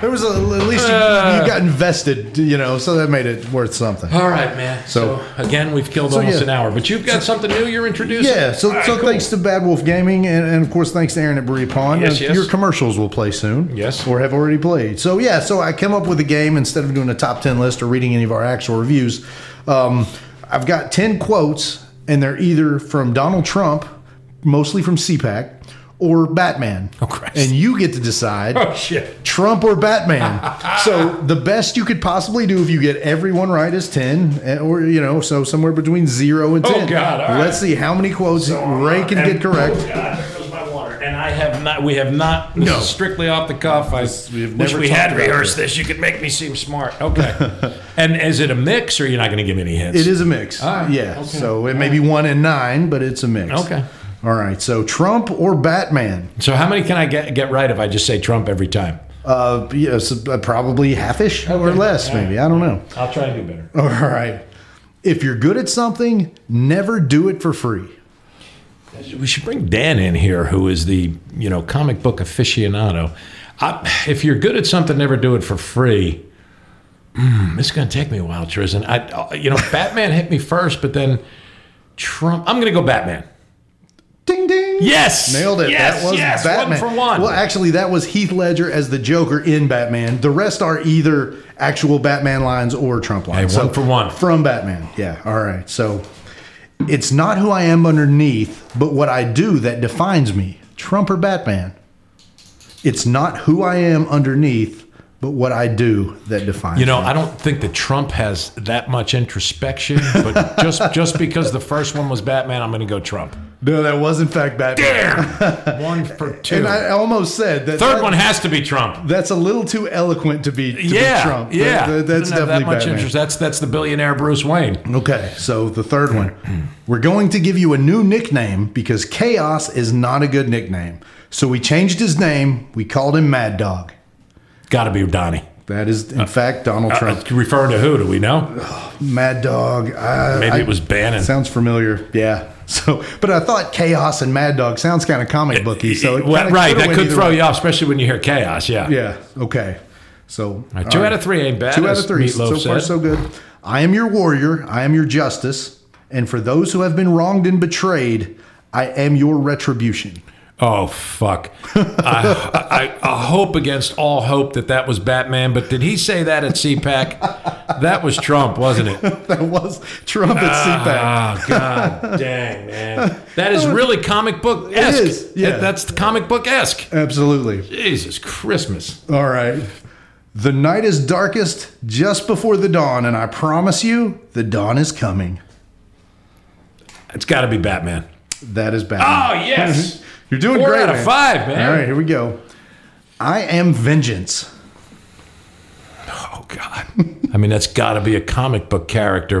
[SPEAKER 3] [laughs]
[SPEAKER 4] There was a, at least you, you got invested, you know, so that made it worth something.
[SPEAKER 3] All right, man. So,
[SPEAKER 4] So-
[SPEAKER 3] again, we've killed almost
[SPEAKER 4] yeah.
[SPEAKER 3] an hour, but you've got something new you're introducing.
[SPEAKER 4] Yeah, so,
[SPEAKER 3] All right,
[SPEAKER 4] so
[SPEAKER 3] cool.
[SPEAKER 4] thanks to Bad Wolf Gaming, and, and of course thanks to Aaron at Bree Pond.
[SPEAKER 3] Yes,
[SPEAKER 4] Uh,
[SPEAKER 3] yes.
[SPEAKER 4] Your commercials will play soon.
[SPEAKER 3] Yes.
[SPEAKER 4] Or have already played. So yeah, so I came up with a game instead of doing a top ten list or reading any of our actual reviews. Um, I've got ten quotes, and they're either from Donald Trump, mostly from CPAC, or Batman. Oh
[SPEAKER 3] Christ.
[SPEAKER 4] And you get to decide.
[SPEAKER 3] [laughs] Oh shit.
[SPEAKER 4] Trump or
[SPEAKER 3] [laughs]
[SPEAKER 4] Batman. so the best you could possibly do if you get everyone right is ten, eh, or you know, so somewhere between zero and
[SPEAKER 3] Oh,
[SPEAKER 4] ten.
[SPEAKER 3] God, all
[SPEAKER 4] Let's
[SPEAKER 3] right.
[SPEAKER 4] see how many quotes Ray can
[SPEAKER 3] And-
[SPEAKER 4] get correct.
[SPEAKER 3] Oh, God, there goes my water. And I have not. We have not. This
[SPEAKER 4] No.
[SPEAKER 3] is strictly off the cuff. I
[SPEAKER 4] we have
[SPEAKER 3] wish
[SPEAKER 4] never
[SPEAKER 3] we
[SPEAKER 4] talked
[SPEAKER 3] had
[SPEAKER 4] about
[SPEAKER 3] rehearsed this. You could make me seem smart.
[SPEAKER 4] [laughs]
[SPEAKER 3] Okay. and is it a mix, or you're not going to give me any hints?
[SPEAKER 4] It is a mix.
[SPEAKER 3] right,
[SPEAKER 4] Yeah.
[SPEAKER 3] okay.
[SPEAKER 4] So it may be one and nine, but it's a mix.
[SPEAKER 3] Okay.
[SPEAKER 4] All right. So Trump or Batman?
[SPEAKER 3] So how many can I get get right if I just say Trump every time?
[SPEAKER 4] Uh, yes, uh, probably halfish or
[SPEAKER 3] Okay.
[SPEAKER 4] less,
[SPEAKER 3] All right.
[SPEAKER 4] maybe. I don't know.
[SPEAKER 3] I'll try and do better.
[SPEAKER 4] All right. If you're good at something, never do it for free.
[SPEAKER 3] We should bring Dan in here, who is the you know comic book aficionado. I, if you're good at something, never do it for free. "Mm, it's going to take me a while, Tristan. I, uh, you know, Batman hit me first, but then Trump. I'm going to go Batman.
[SPEAKER 4] Ding ding.
[SPEAKER 3] Yes,
[SPEAKER 4] Nailed it.
[SPEAKER 3] Yes,
[SPEAKER 4] that was
[SPEAKER 3] yes,
[SPEAKER 4] Batman.
[SPEAKER 3] One for one.
[SPEAKER 4] Well, actually, that was Heath Ledger as the Joker in Batman. The rest are either actual Batman lines or Trump lines.
[SPEAKER 3] one for one.
[SPEAKER 4] From Batman. Yeah. All right. So it's not who I am underneath, but what I do that defines me Trump or Batman. It's not who I am underneath, but what I do that defines
[SPEAKER 3] You know,
[SPEAKER 4] me.
[SPEAKER 3] I don't think that Trump has that much introspection,
[SPEAKER 4] [laughs]
[SPEAKER 3] but just just because the first one was Batman, I'm going to go Trump.
[SPEAKER 4] No, that was in fact Batman.
[SPEAKER 3] Damn, one for two.
[SPEAKER 4] And I almost said that.
[SPEAKER 3] Third
[SPEAKER 4] that-
[SPEAKER 3] one has to be Trump.
[SPEAKER 4] That's a little too eloquent to be, to
[SPEAKER 3] yeah,
[SPEAKER 4] be Trump.
[SPEAKER 3] yeah.
[SPEAKER 4] That- that- that's
[SPEAKER 3] Doesn't have
[SPEAKER 4] definitely
[SPEAKER 3] that much
[SPEAKER 4] Batman.
[SPEAKER 3] interest. That's that's the billionaire Bruce Wayne.
[SPEAKER 4] Okay, so the third one. We're going to give you a new nickname because Chaos is not a good nickname. So we changed his name. We called him Mad Dog.
[SPEAKER 3] Got to be Donnie.
[SPEAKER 4] That is, in fact, Donald
[SPEAKER 3] Uh,
[SPEAKER 4] Trump.
[SPEAKER 3] referring to who? Do we know?
[SPEAKER 4] Mad Dog. I,
[SPEAKER 3] Maybe
[SPEAKER 4] I-
[SPEAKER 3] it was Bannon.
[SPEAKER 4] Sounds familiar. Yeah. [laughs] So, but I thought Chaos and Mad Dog sounds kind of comic booky. So, it
[SPEAKER 3] Well,
[SPEAKER 4] kinda
[SPEAKER 3] right,
[SPEAKER 4] could've
[SPEAKER 3] that
[SPEAKER 4] went
[SPEAKER 3] could
[SPEAKER 4] either
[SPEAKER 3] throw
[SPEAKER 4] way.
[SPEAKER 3] you off, especially when you hear chaos. Yeah.
[SPEAKER 4] Yeah. Okay. So,
[SPEAKER 3] All right, two
[SPEAKER 4] all
[SPEAKER 3] out of three ain't bad.
[SPEAKER 4] Two out
[SPEAKER 3] as
[SPEAKER 4] of three. So
[SPEAKER 3] Meatloaf
[SPEAKER 4] far,
[SPEAKER 3] said.
[SPEAKER 4] so good. I am your warrior. I am your justice. And for those who have been wronged and betrayed, I am your retribution. [laughs]
[SPEAKER 3] Oh fuck! I, I, I hope against all hope that that was Batman. But did he say that at CPAC? That was Trump,
[SPEAKER 4] [laughs]
[SPEAKER 3] wasn't it?
[SPEAKER 4] That was Trump at CPAC.
[SPEAKER 3] Oh god, dang man! That is really comic book esque.
[SPEAKER 4] It is, yeah.
[SPEAKER 3] that's comic book esque.
[SPEAKER 4] Absolutely.
[SPEAKER 3] Jesus Christmas!
[SPEAKER 4] All right. The night is darkest just before the dawn, and I promise you, the dawn is coming.
[SPEAKER 3] It's got to be Batman.
[SPEAKER 4] That is bad.
[SPEAKER 3] Oh yes,
[SPEAKER 4] [laughs] You're doing
[SPEAKER 3] Four
[SPEAKER 4] great.
[SPEAKER 3] out of
[SPEAKER 4] man.
[SPEAKER 3] five, man.
[SPEAKER 4] All right, here we go. I am vengeance.
[SPEAKER 3] Oh god. I mean, that's got to be a comic book character,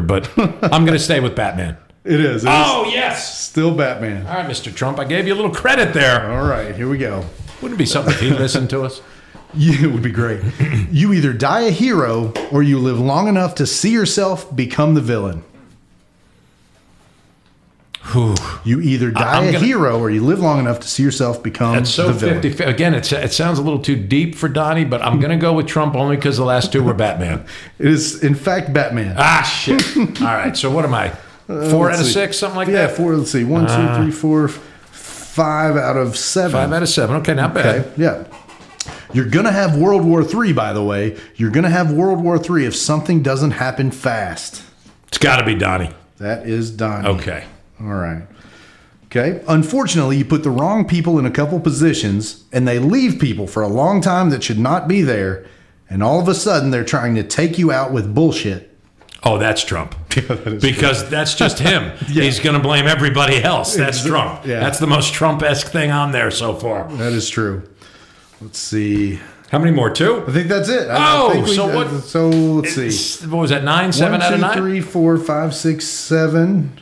[SPEAKER 4] [laughs]
[SPEAKER 3] but I'm gonna stay with Batman.
[SPEAKER 4] It is. It is
[SPEAKER 3] Oh yes.
[SPEAKER 4] still Batman.
[SPEAKER 3] All right, Mr. Trump, I gave you a little credit there.
[SPEAKER 4] All right, here we go.
[SPEAKER 3] Wouldn't it be something if he listened to us?
[SPEAKER 4] Yeah, it would be
[SPEAKER 3] [clears throat]
[SPEAKER 4] great. you either die a hero or you live long enough to see yourself become the villain. You either die
[SPEAKER 3] I'm
[SPEAKER 4] a
[SPEAKER 3] gonna-
[SPEAKER 4] hero or you live long enough to see yourself become
[SPEAKER 3] That's so
[SPEAKER 4] the villain.
[SPEAKER 3] 50. Again, it's, it sounds a little too deep for Donnie, but I'm going to go with Trump only because the last two
[SPEAKER 4] [laughs]
[SPEAKER 3] were Batman.
[SPEAKER 4] It is, in fact, Batman.
[SPEAKER 3] ah, shit. All right. So what am I? Four
[SPEAKER 4] Uh, let's
[SPEAKER 3] out of
[SPEAKER 4] see.
[SPEAKER 3] six, something like
[SPEAKER 4] yeah,
[SPEAKER 3] that?
[SPEAKER 4] four. Let's see, one, two, three, four, f- five out of seven.
[SPEAKER 3] uh, Five out of seven. Okay, not bad.
[SPEAKER 4] Okay, yeah. You're gonna have World War III, by the way. You're gonna have World War III if something doesn't happen fast.
[SPEAKER 3] It's got to be Donnie.
[SPEAKER 4] That is Donnie.
[SPEAKER 3] Okay.
[SPEAKER 4] All right. Okay. Unfortunately, you put the wrong people in a couple positions and they leave people for a long time that should not be there. And all of a sudden, they're trying to take you out with bullshit.
[SPEAKER 3] Oh,
[SPEAKER 4] [laughs]
[SPEAKER 3] that's Trump. because that's just him. He's going to blame everybody else. That's Trump.
[SPEAKER 4] yeah.
[SPEAKER 3] That's the most Trump esque thing on there so far.
[SPEAKER 4] That is true. Let's see.
[SPEAKER 3] How many more?
[SPEAKER 4] I
[SPEAKER 3] Two?
[SPEAKER 4] think that's it. I- I
[SPEAKER 3] Oh,
[SPEAKER 4] think uh,
[SPEAKER 3] so what-
[SPEAKER 4] So let's see.
[SPEAKER 3] It's- What was that? Nine, seven
[SPEAKER 4] One,
[SPEAKER 3] out of
[SPEAKER 4] two,
[SPEAKER 3] nine?
[SPEAKER 4] three, four, five, six, seven,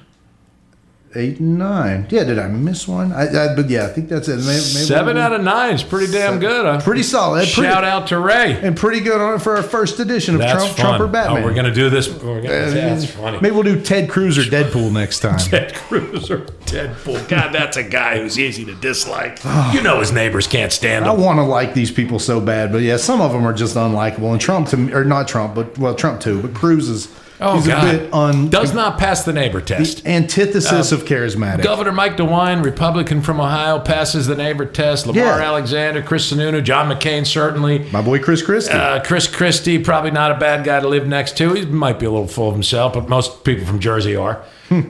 [SPEAKER 4] eight, and nine. Yeah, did I miss one? I, I, but yeah, I think that's it. May- maybe
[SPEAKER 3] Seven out of nine is pretty damn good. Huh?
[SPEAKER 4] Pretty solid. Pretty,
[SPEAKER 3] Shout out to Ray.
[SPEAKER 4] And pretty good on it for our first edition of
[SPEAKER 3] That's
[SPEAKER 4] Trump,
[SPEAKER 3] fun.
[SPEAKER 4] Trump or Batman. Uh,
[SPEAKER 3] Oh, we're gonna do this. We're gonna, that's funny.
[SPEAKER 4] Maybe we'll do Ted Cruz or Deadpool next time.
[SPEAKER 3] [laughs] Ted Cruz or Deadpool. God, that's a guy who's easy
[SPEAKER 4] [sighs]
[SPEAKER 3] to dislike. You know his neighbors can't stand
[SPEAKER 4] I
[SPEAKER 3] him.
[SPEAKER 4] want to like these people so bad, but yeah, some of them are just unlikable. And Trump to me, or not Trump, but well, Trump too. But Cruz is
[SPEAKER 3] Oh
[SPEAKER 4] he's
[SPEAKER 3] God,
[SPEAKER 4] a bit un
[SPEAKER 3] does not pass the neighbor test. Uh,
[SPEAKER 4] antithesis of charismatic.
[SPEAKER 3] Governor Mike DeWine, Republican from Ohio, passes the neighbor test. Lamar
[SPEAKER 4] Yeah.
[SPEAKER 3] Alexander, Chris Sununu, John McCain certainly.
[SPEAKER 4] My boy Chris Christie.
[SPEAKER 3] Uh, Chris Christie, probably not a bad guy to live next to. He might be a little full of himself, but most people from
[SPEAKER 4] [laughs]
[SPEAKER 3] Jersey are.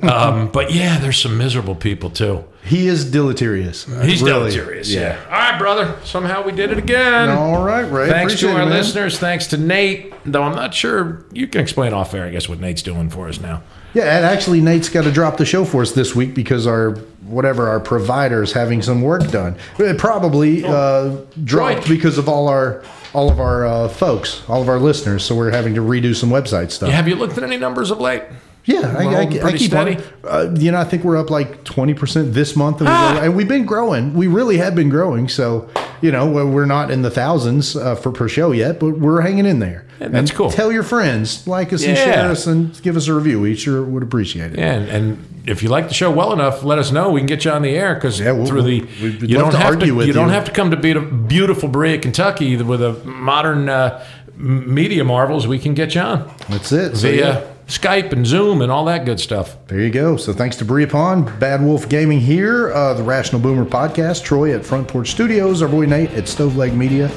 [SPEAKER 3] um, but yeah, there's some miserable people too.
[SPEAKER 4] he is deleterious.
[SPEAKER 3] He's
[SPEAKER 4] Really.
[SPEAKER 3] deleterious. Yeah. All right, brother. Somehow we did it again.
[SPEAKER 4] All right, Ray.
[SPEAKER 3] Thanks to
[SPEAKER 4] Appreciate it,
[SPEAKER 3] our
[SPEAKER 4] man.
[SPEAKER 3] listeners. Thanks to Nate. Though I'm not sure you can explain off air, I guess, what Nate's doing for us now.
[SPEAKER 4] Yeah, and actually, Nate's got to drop the show for us this week because our whatever our provider is having some work done. It probably uh, dropped
[SPEAKER 3] Oh. Right.
[SPEAKER 4] because of all our all of our uh, folks, all of our listeners. So we're having to redo some website stuff.
[SPEAKER 3] Have you looked at any numbers of late?
[SPEAKER 4] Yeah, I,
[SPEAKER 3] We're
[SPEAKER 4] I, I
[SPEAKER 3] holding pretty
[SPEAKER 4] keep on.
[SPEAKER 3] steady.
[SPEAKER 4] Uh, you know, I think we're up like twenty percent this month, and,
[SPEAKER 3] Ah!
[SPEAKER 4] we and we've been growing. We really have been growing. So, you know, we're we're not in the thousands uh, for per show yet, but we're hanging in there.
[SPEAKER 3] Yeah, that's
[SPEAKER 4] And
[SPEAKER 3] cool.
[SPEAKER 4] Tell your friends, like us, and
[SPEAKER 3] Yeah.
[SPEAKER 4] share us, and give us a review. We sure would appreciate it.
[SPEAKER 3] Yeah, and, and if you like the show well enough, let us know. We can get you on the air because
[SPEAKER 4] we'll-
[SPEAKER 3] through the
[SPEAKER 4] we'd
[SPEAKER 3] you
[SPEAKER 4] love
[SPEAKER 3] don't
[SPEAKER 4] to
[SPEAKER 3] have
[SPEAKER 4] argue
[SPEAKER 3] to
[SPEAKER 4] with
[SPEAKER 3] you don't
[SPEAKER 4] you.
[SPEAKER 3] have to come to be beautiful Berea, Kentucky with a modern uh, m- media marvels we can get you on
[SPEAKER 5] That's it. So,
[SPEAKER 3] via
[SPEAKER 5] yeah.
[SPEAKER 3] Skype and Zoom and all that good stuff.
[SPEAKER 5] There you go. So thanks to Bria Pond, Bad Wolf Gaming here, uh, the Rational Boomer podcast, Troy at Front Porch Studios, our boy Nate at Stoveleg Media,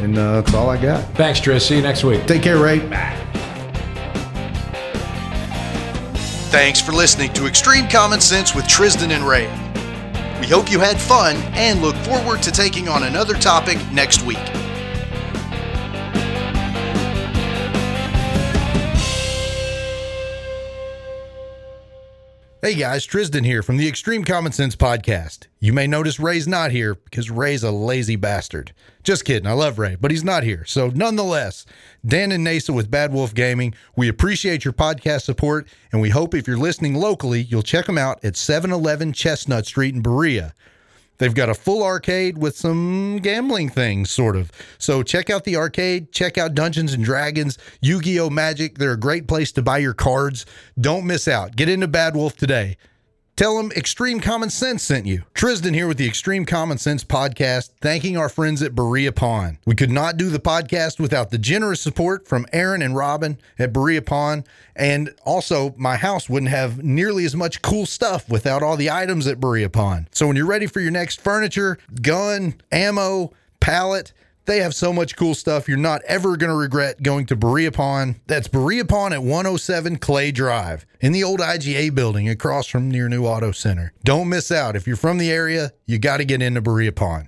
[SPEAKER 5] and uh, that's all I got.
[SPEAKER 3] Thanks, Tris. See you next week.
[SPEAKER 5] Take care, Ray.
[SPEAKER 4] Thanks for listening to Extreme Common Sense with Tristan and Ray. We hope you had fun and look forward to taking on another topic next week. Hey guys, Tristan here from the Extreme Common Sense Podcast. You may notice Ray's not here because Ray's a lazy bastard. Just kidding, I love Ray, but he's not here. So, nonetheless, Dan and NASA with Bad Wolf Gaming, we appreciate your podcast support, and we hope if you're listening locally, you'll check them out at 711 Chestnut Street in Berea. They've got a full arcade with some gambling things, sort of. So check out the arcade, check out Dungeons and Dragons, Yu Gi Oh! Magic. They're a great place to buy your cards. Don't miss out. Get into Bad Wolf today. Tell them Extreme Common Sense sent you. Tristan here with the Extreme Common Sense podcast, thanking our friends at Berea Pond. We could not do the podcast without the generous support from Aaron and Robin at Berea Pond. And also, my house wouldn't have nearly as much cool stuff without all the items at Berea Pond. So when you're ready for your next furniture, gun, ammo, pallet, they have so much cool stuff. You're not ever going to regret going to Berea Pond. That's Berea Pond at 107 Clay Drive in the old IGA building across from your new auto center. Don't miss out. If you're from the area, you got to get into Berea Pond.